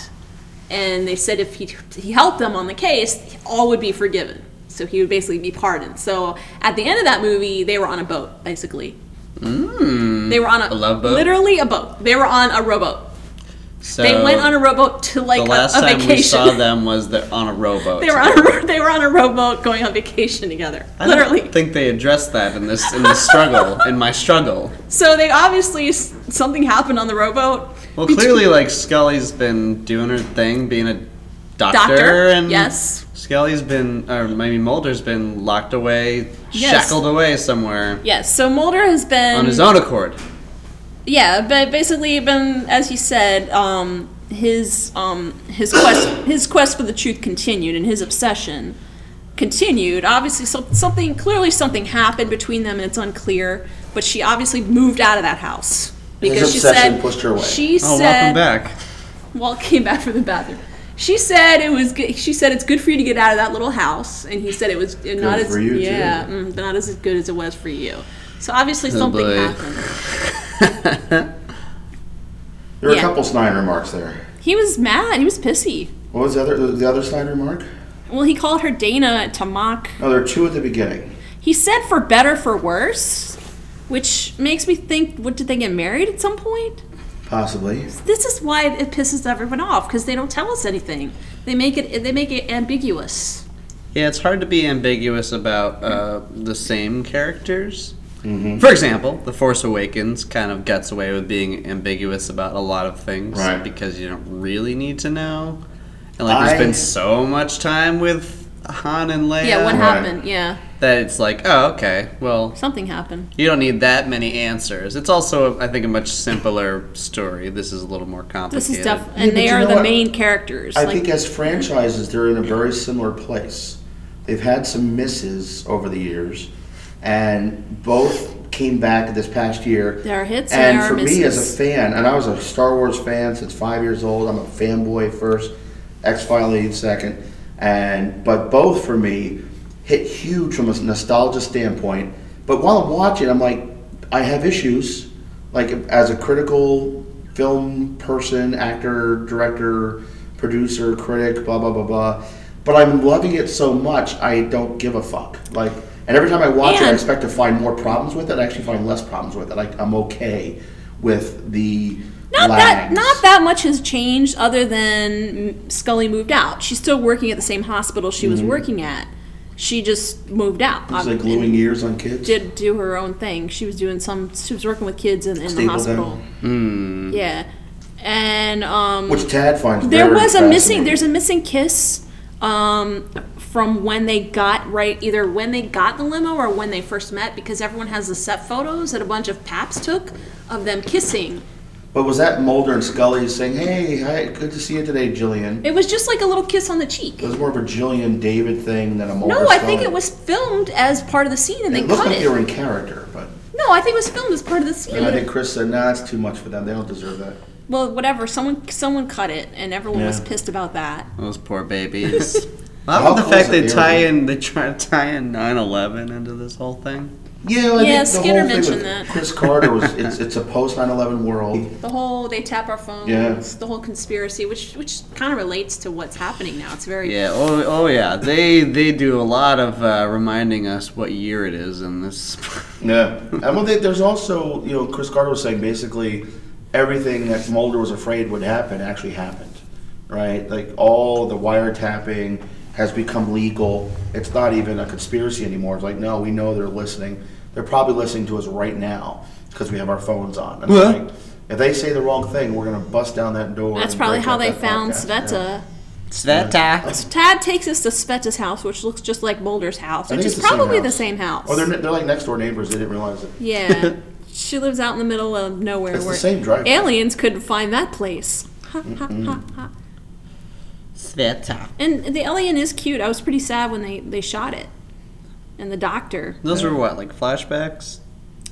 Speaker 2: And they said if he, he helped them on the case, all would be forgiven. So he would basically be pardoned. So at the end of that movie, they were on a boat, basically. Mm, they were on a,
Speaker 4: a love boat?
Speaker 2: Literally a boat. They were on a rowboat.
Speaker 4: so
Speaker 2: they went on a rowboat to like
Speaker 4: Oh. The
Speaker 2: a-
Speaker 4: last
Speaker 2: a,
Speaker 4: time
Speaker 2: vacation.
Speaker 4: we saw them was the, on a
Speaker 2: <laughs>
Speaker 4: rowboat.
Speaker 2: they were on a, ro- they were on a rowboat going on vacation together.
Speaker 4: I don't
Speaker 2: literally.
Speaker 4: think they addressed that in this in this struggle in my struggle.
Speaker 2: so they obviously s- something happened on the rowboat. <laughs>
Speaker 4: Well, clearly, like Scully's been doing her thing, being a doctor,
Speaker 2: Doctor,
Speaker 4: and
Speaker 2: yes.
Speaker 4: Scully's been, or maybe Mulder's been locked away,
Speaker 2: Yes.
Speaker 4: shackled away somewhere
Speaker 2: Yes. So Mulder has been
Speaker 4: on his own accord.
Speaker 2: Yeah, but basically, been as you said, um, his um, his quest <coughs> his quest for the truth continued, and his obsession continued. Obviously, so, something clearly something happened between them, and it's unclear. But she obviously moved out of that house because she
Speaker 3: obsession
Speaker 2: said
Speaker 3: pushed her away.
Speaker 2: she
Speaker 4: Oh,
Speaker 2: said
Speaker 4: welcome back.
Speaker 2: Walt <laughs> came back from the bathroom. She said it was. Good, she said it's good for you to get out of that little house, and he said it was not as
Speaker 3: for you, too.
Speaker 2: yeah, mm, not as good as it was for you. So obviously
Speaker 4: Oh,
Speaker 2: something
Speaker 4: boy.
Speaker 2: happened.
Speaker 3: There were
Speaker 2: Yeah.
Speaker 3: a couple Snyder remarks there.
Speaker 2: He was mad. He was pissy.
Speaker 3: What was the other the other Snyder remark?
Speaker 2: Well, he called her Dana to mock.
Speaker 3: No, there are two at the beginning.
Speaker 2: He said for better for worse, which makes me think, what did they get married at some point?
Speaker 3: Possibly.
Speaker 2: This is why it pisses everyone off because they don't tell us anything. They make it they make it ambiguous.
Speaker 4: Yeah, it's hard to be ambiguous about uh, the same characters. For example, The Force Awakens kind of gets away with being ambiguous about a lot of things
Speaker 1: Right.
Speaker 4: because you don't really need to know. And like, there's
Speaker 3: I-
Speaker 4: been so much time with Han and Leia
Speaker 2: Yeah, what
Speaker 1: Right.
Speaker 2: happened? Yeah,
Speaker 4: that it's like, oh, okay, well,
Speaker 2: something happened.
Speaker 4: you don't need that many answers. It's also, I think, a much simpler story. This is a little more complicated.
Speaker 2: This is def-
Speaker 3: Yeah, but
Speaker 2: and they
Speaker 3: you
Speaker 2: are
Speaker 3: know
Speaker 2: the
Speaker 3: what?
Speaker 2: main characters.
Speaker 3: I
Speaker 2: like,
Speaker 3: think as franchises, they're in a very similar place. They've had some misses over the years, and both came back this past year.
Speaker 2: There are hits and
Speaker 3: and
Speaker 2: there are
Speaker 3: for me as
Speaker 2: misses.
Speaker 3: a fan, and I was a Star Wars fan since five years old. I'm a fanboy first, X File second, and but both for me hit huge from a nostalgia standpoint. But while I'm watching, I'm like, I have issues, like as a critical film person, actor, director, producer, critic, blah blah blah blah. But I'm loving it so much, I don't give a fuck. Like, and every time I watch it, I
Speaker 2: And-
Speaker 3: expect to find more problems with it. I actually find less problems with it. Like, I'm okay with the
Speaker 2: not that
Speaker 3: lags.
Speaker 2: not that much has changed other than Scully moved out. She's still working at the same hospital she was working at. She just moved out.
Speaker 3: Mm-hmm. It's
Speaker 2: um,
Speaker 3: like gluing ears on kids.
Speaker 2: did do her own thing. She was doing some. She was working with kids in, in the
Speaker 3: Stapled
Speaker 2: hospital. Yeah, and um,
Speaker 3: which Tad finds
Speaker 2: there
Speaker 3: very
Speaker 2: was a missing.
Speaker 3: fascinating.
Speaker 2: There's a missing kiss um, from when they got right, either when they got the limo or when they first met, because everyone has the set photos that a bunch of paps took of them kissing.
Speaker 3: But was that Mulder and Scully saying, "Hey, hi, good to see you today, Jillian"?
Speaker 2: It was just like a little kiss on the cheek.
Speaker 3: It was more of a Jillian David thing than a Mulder.
Speaker 2: No, I
Speaker 3: Scully.
Speaker 2: think it was filmed as part of the scene and they
Speaker 3: It looked
Speaker 2: cut
Speaker 3: like
Speaker 2: it.
Speaker 3: they were in character, but
Speaker 2: No, I think it was filmed as part of the
Speaker 3: and I
Speaker 2: scene.
Speaker 3: think Chris said, "Nah, that's too much for them. They don't deserve that."
Speaker 2: Well, whatever. Someone someone cut it, and everyone was
Speaker 3: Yeah.
Speaker 2: pissed about that.
Speaker 4: Those
Speaker 2: <laughs>
Speaker 4: poor babies. I
Speaker 3: How
Speaker 4: love the
Speaker 3: cool
Speaker 4: fact
Speaker 3: is it,
Speaker 4: they tie
Speaker 3: Eric?
Speaker 4: in they try to tie in 9/11 into this whole thing.
Speaker 3: Yeah, I
Speaker 2: Yeah,
Speaker 3: think the
Speaker 2: Skinner
Speaker 3: whole thing
Speaker 2: mentioned
Speaker 3: with
Speaker 2: that.
Speaker 3: Chris Carter was it's, it's a post 9/11 world.
Speaker 2: The whole they tap our phones,
Speaker 3: Yeah.
Speaker 2: the whole conspiracy, which which kind of relates to what's happening now. It's very
Speaker 4: Yeah. Oh, oh yeah. They they do a lot of uh, reminding us what year it is in this. <laughs>
Speaker 3: Yeah, and well, they, there's also you know Chris Carter was saying basically everything that Mulder was afraid would happen actually happened, right? Like all the wiretapping has become legal. It's not even a conspiracy anymore. It's like no, we know they're listening. They're probably listening to us right now because we have our phones on. And it's
Speaker 4: Well-
Speaker 3: like, if they say the wrong thing, we're gonna bust down that door.
Speaker 2: That's
Speaker 3: and
Speaker 2: probably
Speaker 3: break
Speaker 2: how
Speaker 3: up
Speaker 2: they
Speaker 3: that
Speaker 2: found
Speaker 3: podcast.
Speaker 2: Sveta.
Speaker 3: Yeah.
Speaker 4: Sveta.
Speaker 2: Tad takes us to Sveta's house, which looks just like Mulder's house,
Speaker 3: I
Speaker 2: which
Speaker 3: think
Speaker 2: is
Speaker 3: it's the same
Speaker 2: probably the
Speaker 3: house.
Speaker 2: same house.
Speaker 3: Oh, they're, ne- they're like next door neighbors. They didn't realize it. <laughs>
Speaker 2: yeah, she lives out in the middle of nowhere.
Speaker 3: It's the
Speaker 2: where
Speaker 3: same drive.
Speaker 2: Aliens couldn't find that place. Ha, ha, ha, ha.
Speaker 4: Sveta.
Speaker 2: And the alien is cute. I was pretty sad when they they shot it. And the doctor.
Speaker 4: Those were what like flashbacks.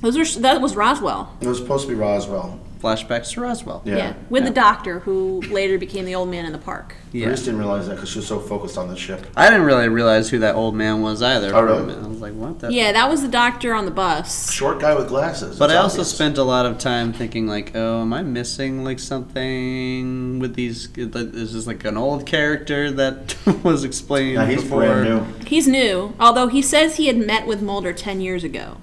Speaker 2: Those were that was Roswell.
Speaker 3: It was supposed to be Roswell.
Speaker 4: Flashbacks to Roswell.
Speaker 3: Yeah.
Speaker 2: Yeah, with
Speaker 4: Yeah.
Speaker 2: the doctor who later became the old man in the park.
Speaker 3: I
Speaker 4: Yeah.
Speaker 3: just didn't realize that because she was so focused on the ship.
Speaker 4: I didn't really realize who that old man was either.
Speaker 3: Oh,
Speaker 4: for a
Speaker 3: really?
Speaker 4: minute. I was like, what the.
Speaker 2: Yeah, that was the doctor on the bus.
Speaker 3: short guy with glasses.
Speaker 4: But
Speaker 3: It's
Speaker 4: I also
Speaker 3: obvious.
Speaker 4: spent a lot of time thinking like, oh, am I missing like something with these? Is this like an old character that <laughs> was explained
Speaker 3: Now he's
Speaker 4: before?
Speaker 3: brand new.
Speaker 2: He's new, although he says he had met with Mulder 10 years ago.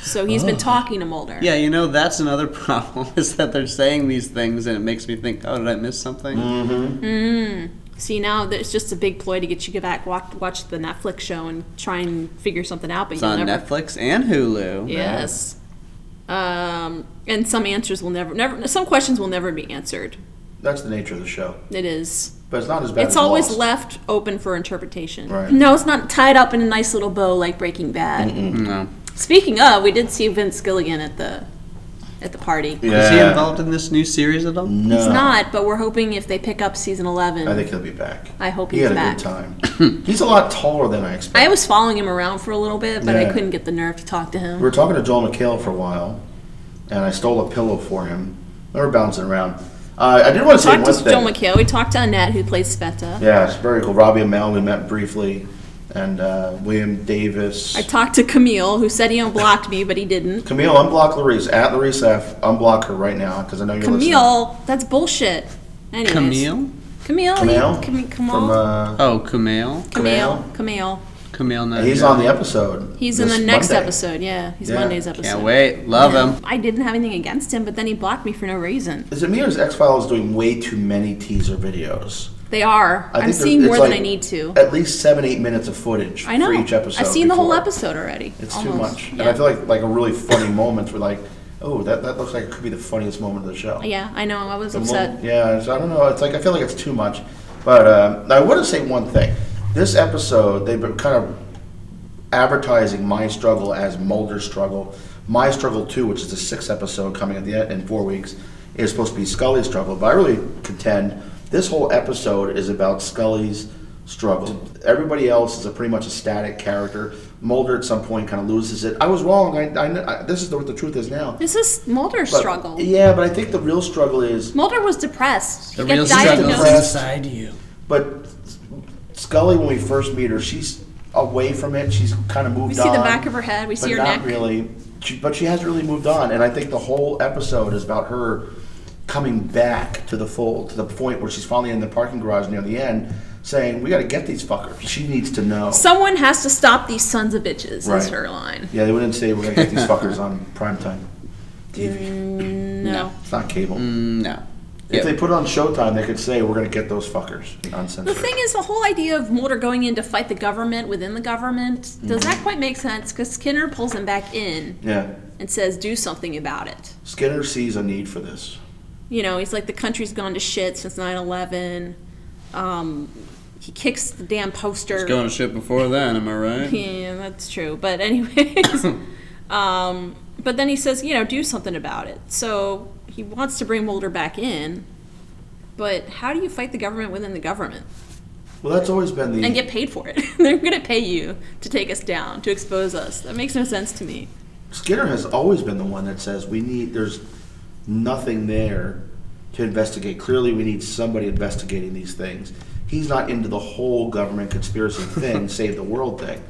Speaker 2: So he's been talking to Mulder.
Speaker 4: Oh. Yeah, you know that's another <laughs> problem is that they're saying these things and it makes me think, oh, did I miss something?
Speaker 3: Mm.
Speaker 2: See, now that it's just a big ploy to get you to back, watch, watch the Netflix show and try and figure something out, but
Speaker 4: It's
Speaker 2: you'll
Speaker 4: on
Speaker 2: never.
Speaker 4: Netflix and Hulu.
Speaker 2: Yes. Um, and some answers will never, never, some questions will never be answered.
Speaker 3: That's the nature of the show.
Speaker 2: It is.
Speaker 3: But it's not as bad.
Speaker 2: it's
Speaker 3: as
Speaker 2: always
Speaker 3: Lost.
Speaker 2: left open for interpretation.
Speaker 3: Right.
Speaker 2: No, it's not tied up in a nice little bow like Breaking Bad.
Speaker 4: No.
Speaker 2: Speaking of, we did see Vince Gilligan at the at the party.
Speaker 3: Yeah.
Speaker 4: Is he involved in this new series at all?
Speaker 3: No,
Speaker 2: He's not, but we're hoping if they pick up season eleven.
Speaker 3: Uh, I think he'll be back.
Speaker 2: I hope
Speaker 3: he
Speaker 2: he's
Speaker 3: had
Speaker 2: back.
Speaker 3: a good time. he's a lot taller than I expected.
Speaker 2: I was following him around for a little bit, but I
Speaker 3: Yeah.
Speaker 2: couldn't get the nerve to talk to him.
Speaker 3: We were talking to Joel McHale for a while, and I stole a pillow for him. We were bouncing around. Uh, I did want to say
Speaker 2: talked
Speaker 3: one
Speaker 2: to Joe
Speaker 3: thing.
Speaker 2: McHale. We talked to Annette, who plays Sveta.
Speaker 3: yeah, it's very cool. Robbie and Mel, we met briefly, and uh, William Davis.
Speaker 2: I talked to Camille, who said he unblocked me, but he didn't.
Speaker 3: Camille, unblock Larice at Larice F. Unblock her right now because I know you're listening.
Speaker 2: Camille, that's bullshit. Anyways,
Speaker 4: Camille?
Speaker 2: Camille,
Speaker 3: Camille
Speaker 2: Camille, Camille,
Speaker 3: from uh,
Speaker 4: Oh, Camille.
Speaker 2: Camille,
Speaker 3: Camille?
Speaker 2: Camille.
Speaker 4: Camille Nanjiani.
Speaker 3: He's on the episode.
Speaker 2: He's in
Speaker 3: this
Speaker 2: the next
Speaker 3: Monday.
Speaker 2: episode. Yeah, he's
Speaker 3: Yeah.
Speaker 2: Monday's episode.
Speaker 4: Can't wait. Love
Speaker 2: Yeah.
Speaker 4: him.
Speaker 2: I didn't have anything against him, but then he blocked me for no reason.
Speaker 3: Is it me or is X Files doing way too many teaser videos?
Speaker 2: They are.
Speaker 3: I
Speaker 2: I'm
Speaker 3: think there-
Speaker 2: seeing
Speaker 3: it's
Speaker 2: more than
Speaker 3: like
Speaker 2: I need to.
Speaker 3: At least seven, eight minutes of footage
Speaker 2: I know.
Speaker 3: for each episode.
Speaker 2: I've seen the whole
Speaker 3: before.
Speaker 2: episode already.
Speaker 3: It's too
Speaker 2: almost.
Speaker 3: much,
Speaker 2: Yeah.
Speaker 3: and I feel like like a really funny moments were like, oh, that, that looks like it could be the funniest moment of the show.
Speaker 2: yeah, I know. I was
Speaker 3: The
Speaker 2: upset.
Speaker 3: moment- yeah, so I don't know. It's like I feel like it's too much, but uh, I want to say one thing. This episode, they've been kind of advertising my struggle as Mulder's struggle. My struggle too, which is the sixth episode coming at the end in four weeks, is supposed to be Scully's struggle. But I really contend this whole episode is about Scully's struggle. Everybody else is a pretty much a static character. Mulder at some point kind of loses it. I was wrong. I, I, kn- I- this is what the truth is now.
Speaker 2: This is Mulder's
Speaker 3: But-
Speaker 2: struggle.
Speaker 3: Yeah, but I think the real struggle is
Speaker 2: Mulder was depressed.
Speaker 4: The
Speaker 2: He got
Speaker 4: real
Speaker 2: diagnosed-
Speaker 4: struggles
Speaker 3: Depressed.
Speaker 4: inside you.
Speaker 3: But Scully, when we first meet her, she's away from it. She's kind of moved
Speaker 2: We see
Speaker 3: on.
Speaker 2: the back of her head. We
Speaker 3: but
Speaker 2: see her
Speaker 3: not
Speaker 2: neck.
Speaker 3: really. She, but she has really moved on, and I think the whole episode is about her coming back to the fold, to the point where she's finally in the parking garage near the end, saying, "We got to get these fuckers." She needs to know.
Speaker 2: Someone has to stop these sons of bitches.
Speaker 3: Right.
Speaker 2: Is her line.
Speaker 3: yeah, they wouldn't say we're gonna get these fuckers on primetime
Speaker 2: <laughs> Mm.
Speaker 3: TV.
Speaker 2: No.
Speaker 3: It's not cable.
Speaker 4: No.
Speaker 3: If they
Speaker 4: Yep.
Speaker 3: put it on Showtime, they could say we're gonna get those
Speaker 2: <laughs>
Speaker 3: fuckers
Speaker 2: The
Speaker 3: uncensored.
Speaker 2: thing is, the whole idea of Mulder going in to fight the government within the government does that quite make sense? Because Skinner pulls him back in
Speaker 3: yeah,
Speaker 2: and says, "Do something about it."
Speaker 3: Skinner sees a need for this.
Speaker 2: You know, he's like, "The country's gone to shit since 9/11." Um, he kicks the damn poster.
Speaker 4: Going to shit before then, am I right?
Speaker 2: Yeah, that's true. But anyways, um, but then he says, you know, do something about it. So he wants to bring Mulder back in, but how do you fight the government within the government
Speaker 3: Well, that's always been the
Speaker 2: and get paid for it? <laughs> They're going to pay you to take us down, to expose us. That makes no sense to me.
Speaker 3: Skinner has always been the one that says we need. There's nothing there to investigate. Clearly, we need somebody investigating these things. He's not into the whole government conspiracy thing, save the world thing.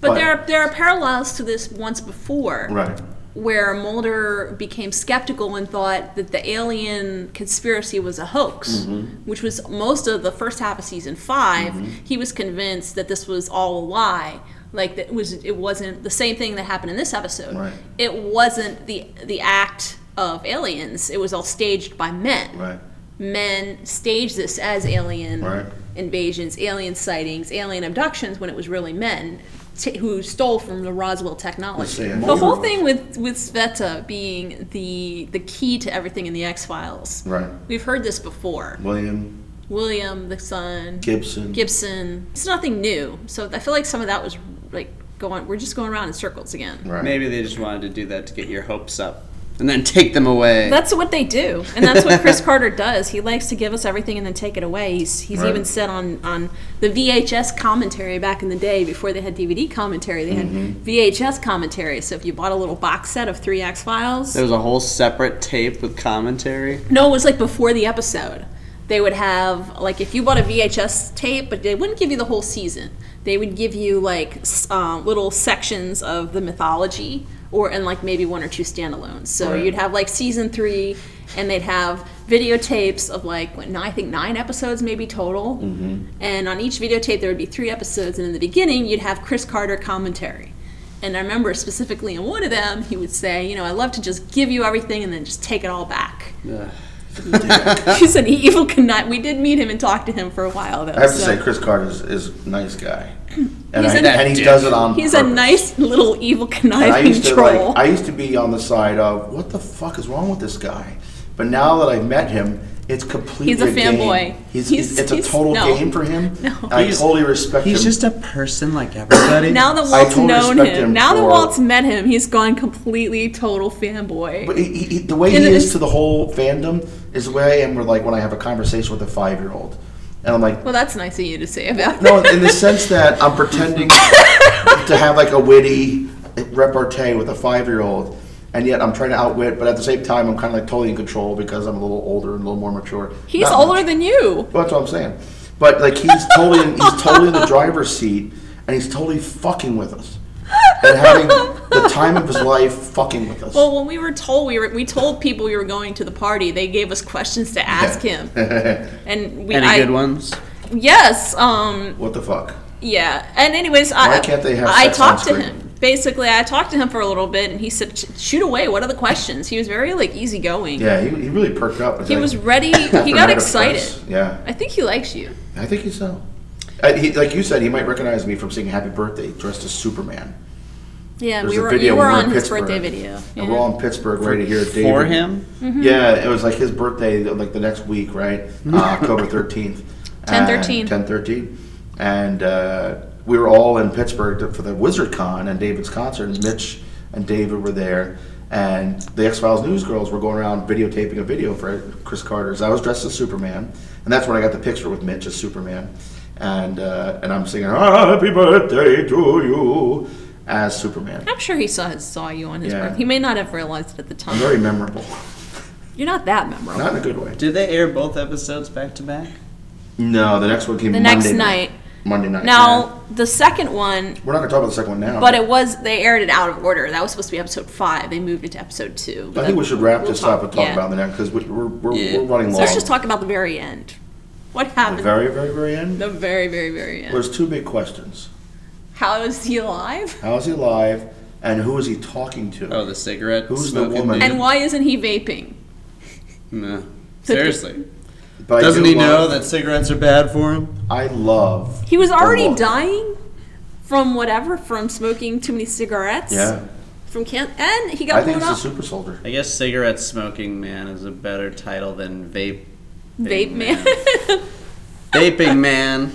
Speaker 2: But there are there are parallels to this once before.
Speaker 3: right.
Speaker 2: where Mulder became skeptical and thought that the alien conspiracy was a hoax,
Speaker 3: Mm-hmm.
Speaker 2: which was most of the first half of season 5 He was convinced that this was all a lie. Like that was it wasn't the same thing that happened in this episode.
Speaker 3: Right.
Speaker 2: It wasn't the the act of aliens. It was all staged by men.
Speaker 3: Right.
Speaker 2: Men staged this as alien
Speaker 3: Right.
Speaker 2: invasions, alien sightings, alien abductions when it was really men t- who stole from the Roswell
Speaker 3: Let's see,
Speaker 2: technology.
Speaker 3: and
Speaker 2: The whole
Speaker 3: Mulder-
Speaker 2: thing with with Sveta being the the key to everything in the X Files.
Speaker 3: Right.
Speaker 2: We've heard this before.
Speaker 3: William
Speaker 2: William, the son,
Speaker 3: Gibson.
Speaker 2: Gibson. It's nothing new. So I feel like some of that was like going. We're just going around in circles again.
Speaker 3: Right.
Speaker 4: Maybe they just wanted to do that to get your hopes up and then take them away.
Speaker 2: That's what they do, and that's what Chris Carter does. He likes to give us everything and then take it away. He's he's
Speaker 3: Right.
Speaker 2: even said on on the VHS commentary back in the day before they had DVD commentary, they had VHS commentary. So if you bought a little box set of three X Files,
Speaker 4: there was a whole separate tape with commentary.
Speaker 2: no, it was like before the episode. They would have like if you bought a VHS tape, but they wouldn't give you the whole season. They would give you like s- uh, little sections of the mythology, or and like maybe one or two standalones. So
Speaker 3: Right.
Speaker 2: you'd have like season three, and they'd have videotapes of like what, I think nine episodes maybe total. And on each videotape there would be three episodes, and in the beginning you'd have Chris Carter commentary. And I remember specifically in one of them, he would say, "You know, I love to just give you everything and then just take it all back."
Speaker 4: Ugh.
Speaker 2: He's an evil conniving. We did meet him and talk to him for a while, though.
Speaker 3: I have to
Speaker 2: so-
Speaker 3: say, Chris Carter is, is a nice guy,
Speaker 2: <clears throat>
Speaker 3: and,
Speaker 2: He's
Speaker 3: I,
Speaker 2: a- That
Speaker 3: and he
Speaker 4: dude.
Speaker 3: does it on.
Speaker 2: He's a
Speaker 3: purpose.
Speaker 2: nice little evil
Speaker 3: And I
Speaker 2: conniving
Speaker 3: used to
Speaker 2: troll.
Speaker 3: like. I used to be on the side of what the fuck is wrong with this guy, but now that I've met him, it's completely.
Speaker 2: He's a
Speaker 3: game.
Speaker 2: fanboy.
Speaker 3: He's,
Speaker 2: He's-
Speaker 3: it's a
Speaker 2: he's-
Speaker 3: total
Speaker 2: no.
Speaker 3: game for him.
Speaker 2: <laughs> No.
Speaker 3: and I
Speaker 4: He's-
Speaker 3: totally respect
Speaker 4: He's
Speaker 3: him.
Speaker 4: just a person like everybody.
Speaker 2: now that
Speaker 3: I
Speaker 2: Walt's
Speaker 3: totally
Speaker 2: known him,
Speaker 3: respect him
Speaker 2: now that
Speaker 3: for-
Speaker 2: Walt's met him, he's gone completely total fanboy.
Speaker 3: But he, he, he- the way
Speaker 2: And
Speaker 3: he
Speaker 2: it
Speaker 3: is
Speaker 2: is-
Speaker 3: to the whole fandom is the way I am. With like when I have a conversation with a five year old, and I'm like,
Speaker 2: well, that's nice of you to say about
Speaker 3: no, in the sense that I'm
Speaker 2: <laughs>
Speaker 3: pretending to have like a witty repartee with a five year old, and yet I'm trying to outwit. But at the same time, I'm kind of like totally in control because I'm a little older and a little more mature.
Speaker 2: He's
Speaker 3: Not
Speaker 2: older
Speaker 3: much.
Speaker 2: than you.
Speaker 3: Well, that's what I'm saying. But like he's totally in, he's totally in the driver's seat, and he's totally fucking with us, and having the time of his life fucking with us.
Speaker 2: Well, when we were told we were, we told people we were going to the party. They gave us questions to
Speaker 3: <laughs>
Speaker 2: ask him, and we.
Speaker 4: Any
Speaker 2: I-
Speaker 4: good ones?
Speaker 2: Yes. Um.
Speaker 3: what the fuck?
Speaker 2: Yeah. And anyways,
Speaker 3: Why
Speaker 2: I
Speaker 3: can't they have
Speaker 2: I
Speaker 3: sex on
Speaker 2: talked to
Speaker 3: screen?
Speaker 2: him. Basically, I talked to him for a little bit, and he said, "Sh- "Shoot away. What are the questions?" He was very like easygoing.
Speaker 3: Yeah, he, he really perked up. with
Speaker 2: He
Speaker 3: that
Speaker 2: was
Speaker 3: <laughs>
Speaker 2: ready. He got
Speaker 3: Bernardo
Speaker 2: excited.
Speaker 3: Price. Yeah,
Speaker 2: I think he likes you.
Speaker 3: I think he's so. I, he, like you said, he might recognize me from singing "Happy Birthday" dressed as Superman.
Speaker 2: Yeah,
Speaker 3: There's
Speaker 2: we
Speaker 3: a
Speaker 2: were
Speaker 3: video
Speaker 2: you were
Speaker 3: when we were in
Speaker 2: on his
Speaker 3: Pittsburgh.
Speaker 2: birthday video.
Speaker 3: And
Speaker 2: Yeah.
Speaker 3: we're all in Pittsburgh, ready to hear David.
Speaker 4: for him.
Speaker 3: Yeah, it was like his birthday, like the next week, right? Uh, October 13th.
Speaker 2: 10/13.
Speaker 3: 10 13. And uh, we were all in Pittsburgh to- for the Wizard Con and David's concert. And Mitch and David were there. And the X Files News Girls were going around videotaping a video for Chris Carter's. I was dressed as Superman. And that's when I got the picture with Mitch as Superman. And, uh, and I'm singing, Happy Birthday to you as Superman.
Speaker 2: I'm sure he saw his, saw you on his
Speaker 3: Yeah.
Speaker 2: birthday. He may not have realized it at the time.
Speaker 3: Very memorable.
Speaker 2: You're not that memorable.
Speaker 3: Not in a good way.
Speaker 4: Did they air both episodes back to back?
Speaker 3: No, the next one came
Speaker 2: the
Speaker 3: Monday
Speaker 2: next night.
Speaker 3: Monday night. yeah.
Speaker 2: Now the second one,
Speaker 3: we're not going to talk about the second one now.
Speaker 2: but it was they aired it out of order. That was supposed to be episode five. They moved it to episode two.
Speaker 3: I think we should wrap
Speaker 2: We'll
Speaker 3: this up and talk
Speaker 2: yeah.
Speaker 3: about the next because we're we're,
Speaker 4: Yeah.
Speaker 3: we're running
Speaker 2: So
Speaker 3: long.
Speaker 2: let's just talk about the very end. What
Speaker 3: the
Speaker 2: happened?
Speaker 3: very very very end.
Speaker 2: The very, very, very end.
Speaker 3: There's two big questions:
Speaker 2: How is he alive?
Speaker 3: How is he alive, and who is he talking to?
Speaker 4: Oh, the cigarette
Speaker 3: Who's the
Speaker 4: smoking
Speaker 3: woman?
Speaker 4: dude?
Speaker 2: And why isn't he vaping?
Speaker 4: No. Seriously.
Speaker 3: But I
Speaker 4: Doesn't
Speaker 3: do
Speaker 4: he know
Speaker 3: love-
Speaker 4: that cigarettes are bad for him?
Speaker 3: I love.
Speaker 2: He was
Speaker 3: the
Speaker 2: already
Speaker 3: look.
Speaker 2: dying from whatever, from smoking too many cigarettes.
Speaker 3: Yeah,
Speaker 2: From can and he got
Speaker 3: I think
Speaker 2: blown
Speaker 3: it's a
Speaker 2: up.
Speaker 3: super soldier.
Speaker 4: I guess cigarette smoking man is a better title than vape
Speaker 2: Vape man.
Speaker 4: vaping
Speaker 3: <laughs>
Speaker 4: man.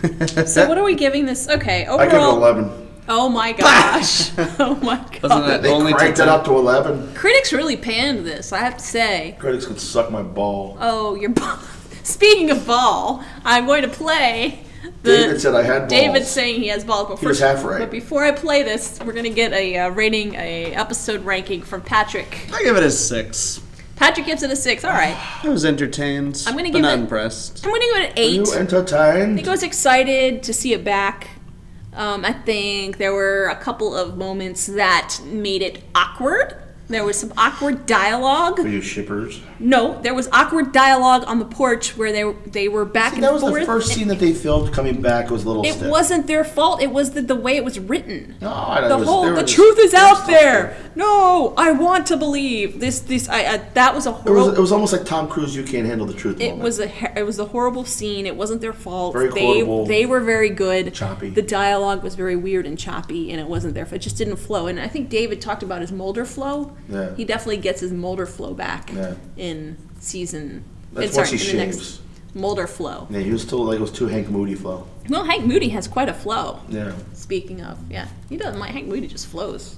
Speaker 2: <laughs> so what are we giving this? Okay,
Speaker 3: I give it
Speaker 2: overall.
Speaker 3: eleven.
Speaker 2: oh
Speaker 3: <laughs>
Speaker 2: my gosh. <laughs> oh my god.
Speaker 4: Wasn't that
Speaker 3: They
Speaker 4: only
Speaker 3: cranked
Speaker 4: to
Speaker 3: it up to eleven.
Speaker 2: Critics really panned this, I have to say.
Speaker 3: Critics could suck my ball.
Speaker 2: Oh, your ball. <laughs> Speaking of ball, I'm going to play the
Speaker 3: David said I had balls.
Speaker 2: David's saying he has balls, but
Speaker 3: He was
Speaker 2: first,
Speaker 3: half right.
Speaker 2: but before I play this, we're gonna get a uh, rating, a episode ranking from Patrick.
Speaker 4: I give it a six.
Speaker 2: Patrick gives it a six. All right,
Speaker 4: I was entertained.
Speaker 2: I'm gonna
Speaker 4: but
Speaker 2: give
Speaker 4: not
Speaker 2: it-
Speaker 4: impressed.
Speaker 2: I'm gonna go to
Speaker 3: Are
Speaker 2: eight.
Speaker 3: you
Speaker 2: I
Speaker 3: entertained?
Speaker 2: think I was excited to see it back. Um, I think there were a couple of moments that made it awkward. There was some awkward dialogue.
Speaker 3: Are you shippers?
Speaker 2: No, there was awkward dialogue on the porch where they they were back and
Speaker 3: That was
Speaker 2: forth.
Speaker 3: the first scene that they filmed coming back was a little
Speaker 2: It
Speaker 3: stiff.
Speaker 2: wasn't their fault. It was the, the way it was written.
Speaker 3: No, I don't
Speaker 2: the
Speaker 3: it was-
Speaker 2: whole
Speaker 3: they were
Speaker 2: the
Speaker 3: just-
Speaker 2: truth is
Speaker 3: they were
Speaker 2: out
Speaker 3: just
Speaker 2: there. No, I want to believe this. This I, I that was a
Speaker 3: It was, it
Speaker 2: horrible.
Speaker 3: was almost like Tom Cruise. You can't handle the truth.
Speaker 2: It
Speaker 3: moment.
Speaker 2: was a he- it was a horrible scene. It wasn't their fault.
Speaker 3: Very
Speaker 2: they
Speaker 3: quotable.
Speaker 2: they were very good.
Speaker 3: Choppy.
Speaker 2: The dialogue was very weird and choppy, and it wasn't their fault. It just didn't flow. And I think David talked about his Mulder flow.
Speaker 3: Yeah.
Speaker 2: He definitely gets his Mulder flow back
Speaker 3: Yeah.
Speaker 2: in season.
Speaker 3: That's
Speaker 2: in-
Speaker 3: once
Speaker 2: sorry,
Speaker 3: he
Speaker 2: in the
Speaker 3: shaves.
Speaker 2: next Mulder flow.
Speaker 3: Yeah, he was still like it was too Hank Moody flow.
Speaker 2: Well, Hank Moody has quite a flow.
Speaker 3: Yeah,
Speaker 2: Speaking of, yeah, he doesn't. Like, Hank Moody just flows.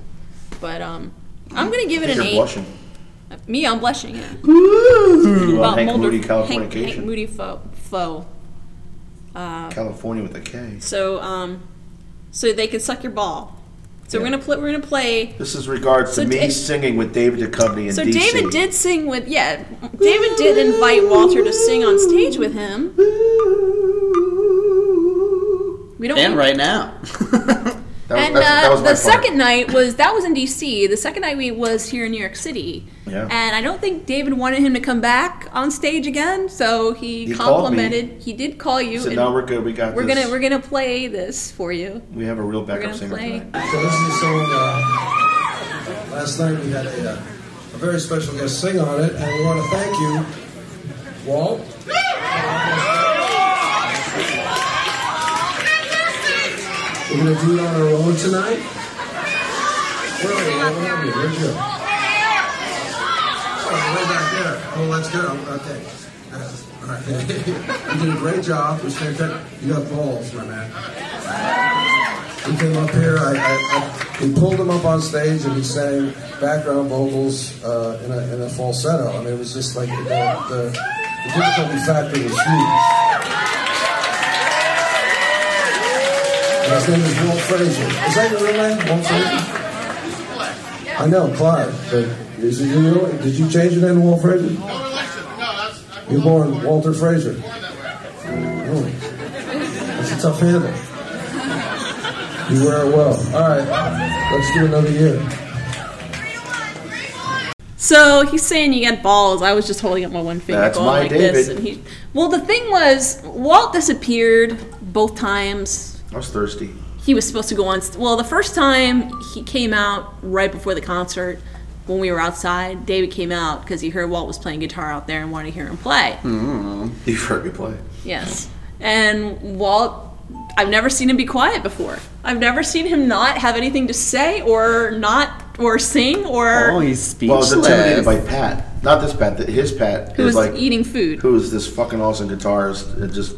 Speaker 2: But um, I'm gonna give it
Speaker 3: you're
Speaker 2: an eight.
Speaker 3: blushing.
Speaker 2: Me, I'm blushing. Yeah.
Speaker 3: Well,
Speaker 2: About
Speaker 3: Hank
Speaker 2: Mulder-
Speaker 3: Moody,
Speaker 2: Hank,
Speaker 3: Californication,
Speaker 2: Hank Moody foe. foe.
Speaker 3: California with a K.
Speaker 2: So um, so they can suck your ball. So we're gonna play. We're gonna play.
Speaker 3: This is regards
Speaker 2: So
Speaker 3: to me
Speaker 2: Da-
Speaker 3: singing with David Duchovny in
Speaker 2: So
Speaker 3: DC.
Speaker 2: David did sing with. Yeah, David did invite Walter to sing on stage with him. We don't.
Speaker 4: And
Speaker 2: <laughs>
Speaker 4: right now.
Speaker 3: That was,
Speaker 2: and uh,
Speaker 3: that's- that was
Speaker 2: the
Speaker 3: my part.
Speaker 2: second night was that was in D.C. The second night we was here in New York City.
Speaker 3: Yeah.
Speaker 2: And I don't think David wanted him to come back on stage again, so he,
Speaker 3: He called
Speaker 2: complimented. He did call you.
Speaker 3: He said,
Speaker 2: and
Speaker 3: "No, we're good. We got
Speaker 2: we're
Speaker 3: this.
Speaker 2: gonna we're gonna play this for you.
Speaker 3: we have a real backup
Speaker 2: gonna
Speaker 3: singer
Speaker 2: play.
Speaker 3: tonight."
Speaker 5: So this is a song. Uh, last night we had a, uh, a very special guest sing on it, and we want to thank you, Walt. We're going to do it on our own tonight. Where are you? What have you? Where's you? Oh, way back there. Oh, that's good. I'm- Okay. <laughs> All right. you did a great job. It was fantastic. You got balls, my man. He came up here. I, I, I, we pulled him up on stage, and he sang background vocals uh, in, a, in a falsetto. I mean, it was just like the, the, the difficulty factor was huge. And his name is Walt Frazier. Is that your real name, Walt Frazier? I know, Clive. But is it your real? Did you change your name to Walt Frazier? You're born Walter Frazier. Really? That's a tough handle. You wear it well. All right, let's do another year.
Speaker 2: So he's saying you got balls. I was just holding up my one finger
Speaker 3: That's
Speaker 2: going
Speaker 3: my
Speaker 2: like this,
Speaker 3: David.
Speaker 2: and he. Well, the thing was, Walt disappeared. both times.
Speaker 3: I was <laughs> thirsty.
Speaker 2: He was supposed to go on. st- Well, the first time he came out right before the concert when we were outside, David came out because he heard Walt was playing guitar out there and wanted to hear him play.
Speaker 3: Hmm. You've heard me play.
Speaker 2: Yes. And Walt, I've never seen him be quiet before. I've never seen him not have anything to say or not or sing or
Speaker 4: Oh, he's
Speaker 3: Well, I was
Speaker 4: speechless.
Speaker 3: intimidated by Pat. Not this Pat, th- his Pat.
Speaker 2: who
Speaker 3: is
Speaker 2: was
Speaker 3: like,
Speaker 2: eating food.
Speaker 3: Who is this fucking awesome guitarist? It just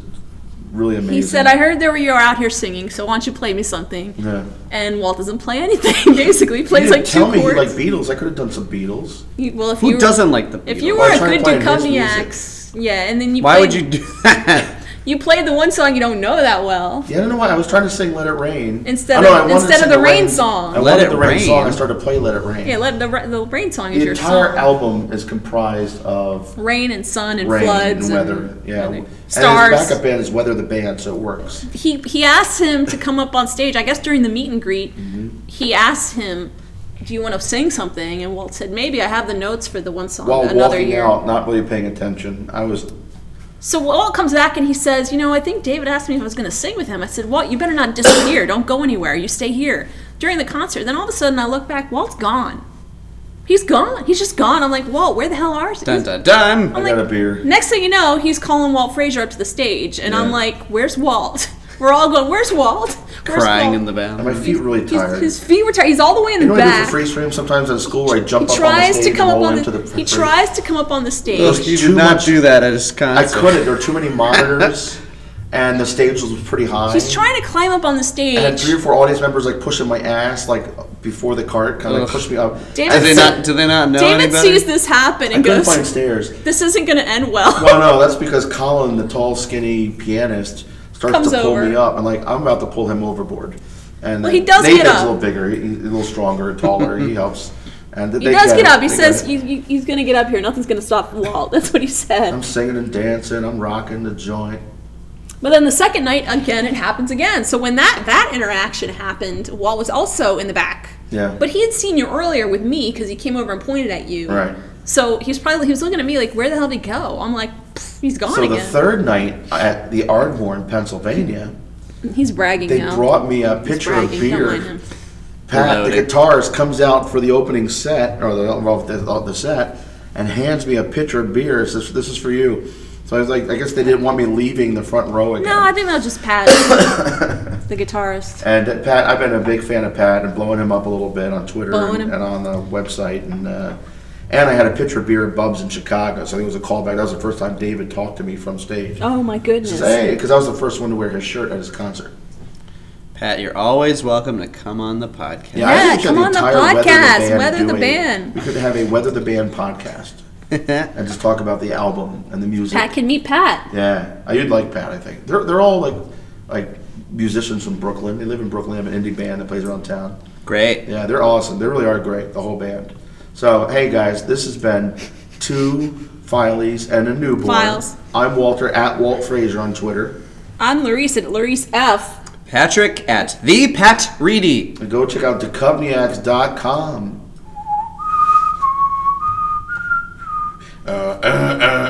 Speaker 3: really amazing.
Speaker 2: He said, "I heard there were you were out here singing, so why don't you play me something?"
Speaker 3: Yeah.
Speaker 2: And Walt doesn't play anything. <laughs> Basically, he
Speaker 3: You
Speaker 2: plays
Speaker 3: didn't
Speaker 2: like
Speaker 3: tell
Speaker 2: two
Speaker 3: me you
Speaker 2: chords.
Speaker 3: like Beatles. I could have done some Beatles.
Speaker 2: You- well, if you
Speaker 4: Who
Speaker 2: were,
Speaker 4: doesn't like the Beatles?
Speaker 2: If you
Speaker 3: Well,
Speaker 2: were
Speaker 3: I
Speaker 2: a
Speaker 3: started
Speaker 2: good
Speaker 3: playing his music.
Speaker 2: Duchovniaks, yeah, and then you
Speaker 4: Why
Speaker 2: played,
Speaker 4: would you do <laughs> that?
Speaker 2: you played the one song you don't know that well.
Speaker 3: Yeah, I don't know why. I was trying to sing "Let It Rain"
Speaker 2: Instead
Speaker 3: Oh, no,
Speaker 2: of-
Speaker 3: I wanted to
Speaker 2: instead of
Speaker 3: sing
Speaker 2: the Rain song.
Speaker 3: I
Speaker 4: Let
Speaker 3: wanted
Speaker 4: It
Speaker 3: the rain,
Speaker 4: Rain.
Speaker 3: song. I started to play "Let It Rain."
Speaker 2: Yeah, let the ra- the rain song is
Speaker 3: the
Speaker 2: your
Speaker 3: entire
Speaker 2: song.
Speaker 3: album is comprised of
Speaker 2: rain and sun and
Speaker 3: rain
Speaker 2: floods
Speaker 3: and weather. yeah,
Speaker 2: and
Speaker 3: and
Speaker 2: stars.
Speaker 3: his backup band is Weather the Band, so it works.
Speaker 2: he he asked him to come up on stage. I guess during the meet and greet,
Speaker 3: Mm-hmm.
Speaker 2: he asked him, "Do you want to sing something?" And Walt said, "Maybe I have the notes for the one song
Speaker 3: While
Speaker 2: another
Speaker 3: walking
Speaker 2: year."
Speaker 3: out, not really paying attention, I was
Speaker 2: So Walt comes back and he says, "You know, I think David asked me if I was going to sing with him. I said, Walt, you better not disappear. Don't go anywhere. You stay here during the concert." Then all of a sudden, I look back. Walt's gone. He's gone. He's just gone. I'm like, Walt, where the hell are you?
Speaker 4: dun dun dun.
Speaker 2: I'm
Speaker 3: I
Speaker 2: like,
Speaker 3: got a beer.
Speaker 2: Next thing you know, he's calling Walt Frazier up to the stage, and I'm
Speaker 3: Yeah.
Speaker 2: like, "Where's Walt?" <laughs> We're all going, "Where's Walt?" Where's
Speaker 4: Crying
Speaker 2: Walt?"
Speaker 4: in the
Speaker 3: And
Speaker 4: bathroom.
Speaker 3: my feet really
Speaker 2: He's-
Speaker 3: tired.
Speaker 2: his feet were tired. He's all the way in
Speaker 3: you
Speaker 2: the
Speaker 3: know what I do for
Speaker 2: back.
Speaker 3: free swim sometimes at school? I
Speaker 2: He
Speaker 3: jump up on the
Speaker 2: tries
Speaker 3: stage
Speaker 2: to come
Speaker 3: and
Speaker 2: up
Speaker 3: roll
Speaker 2: on
Speaker 3: into
Speaker 2: the,
Speaker 3: the.
Speaker 2: he
Speaker 3: free-
Speaker 2: tries to come up on the stage.
Speaker 4: Ugh, you
Speaker 3: too
Speaker 4: did not
Speaker 3: much-
Speaker 4: do that at his concert.
Speaker 3: I couldn't. There were too many monitors, and the stage was pretty high.
Speaker 2: He's trying to climb up on the stage.
Speaker 3: And had three or four audience members like pushing my ass like before the cart, kind of
Speaker 4: Ugh.
Speaker 3: like pushed me up.
Speaker 2: David,
Speaker 4: Do they
Speaker 2: se-
Speaker 4: not? Do they not know
Speaker 2: David
Speaker 4: any better?
Speaker 2: sees this happen
Speaker 3: I
Speaker 2: and
Speaker 3: couldn't find
Speaker 2: goes,
Speaker 3: stairs.
Speaker 2: "This isn't going to end well."
Speaker 3: Well, no, that's because Colin, the tall, skinny pianist, starts
Speaker 2: Comes
Speaker 3: to pull
Speaker 2: over.
Speaker 3: me up, and like I'm about to pull him overboard. And
Speaker 2: Well,
Speaker 3: then
Speaker 2: he does get
Speaker 3: Nathan's
Speaker 2: up.
Speaker 3: a little bigger, he- he's a little stronger, and taller. he helps. And
Speaker 2: <laughs> he does get up. He says, "You- you- "He's going to get up here. Nothing's going to stop Walt." <laughs> That's what he said.
Speaker 3: I'm singing and dancing. I'm rocking the joint.
Speaker 2: But then the second night, again, it happens again. So when that that interaction happened, Walt was also in the back.
Speaker 3: Yeah.
Speaker 2: But he had seen you earlier with me because he came over and pointed at you.
Speaker 3: Right.
Speaker 2: So he was probably he was looking at me like, where the hell did he go? I'm like, "Pfft, he's gone
Speaker 3: So the
Speaker 2: again.
Speaker 3: third night at the Ardmore in Pennsylvania,
Speaker 2: he's bragging
Speaker 3: they
Speaker 2: now.
Speaker 3: brought me a
Speaker 2: He's
Speaker 3: pitcher of
Speaker 2: bragging, don't mind
Speaker 3: beer.
Speaker 2: him.
Speaker 3: Pat, the
Speaker 4: Loaded.
Speaker 3: guitarist, comes out for the opening set or the well, the, the set, and hands me a pitcher of beer. It Says, "This is for you." So I was like, I guess they didn't want me leaving the front row again.
Speaker 2: No, I think that was just
Speaker 3: <laughs>
Speaker 2: Pat, the guitarist.
Speaker 3: and uh, Pat, I've been a big fan of Pat and blowing him up a little bit on Twitter
Speaker 2: Blowing
Speaker 3: and,
Speaker 2: him-
Speaker 3: and on the website, and uh, and I had a pitcher of beer at Bubs in Chicago. So I think it was a callback. That was the first time David talked to me from stage.
Speaker 2: Oh my goodness.
Speaker 3: He says, "Hey," because I was the first one to wear his shirt at his concert.
Speaker 4: Pat, you're always welcome to come on the podcast.
Speaker 3: I
Speaker 2: Yeah,
Speaker 3: think that
Speaker 2: come on the
Speaker 3: entire Weather
Speaker 2: podcast,
Speaker 3: Band
Speaker 2: Weather the
Speaker 3: do a-
Speaker 2: Band.
Speaker 3: We could have a Weather the Band
Speaker 2: <laughs>
Speaker 3: podcast and just talk about the album and the music.
Speaker 2: Pat can meet Pat.
Speaker 3: Yeah, I would like Pat. I think they're they're all like like musicians from Brooklyn. They live in Brooklyn. They have an indie band that plays around town.
Speaker 4: Great.
Speaker 3: Yeah, they're awesome. They really are great. The whole band. So hey guys, this has been two Fileys and a newborn.
Speaker 2: Files.
Speaker 3: I'm Walter at Walt Fraser on Twitter.
Speaker 2: I'm Larice at Larice F.
Speaker 4: Patrick at the Pat Reedy.
Speaker 3: And go check out decubniacs.com. Uh, uh, uh.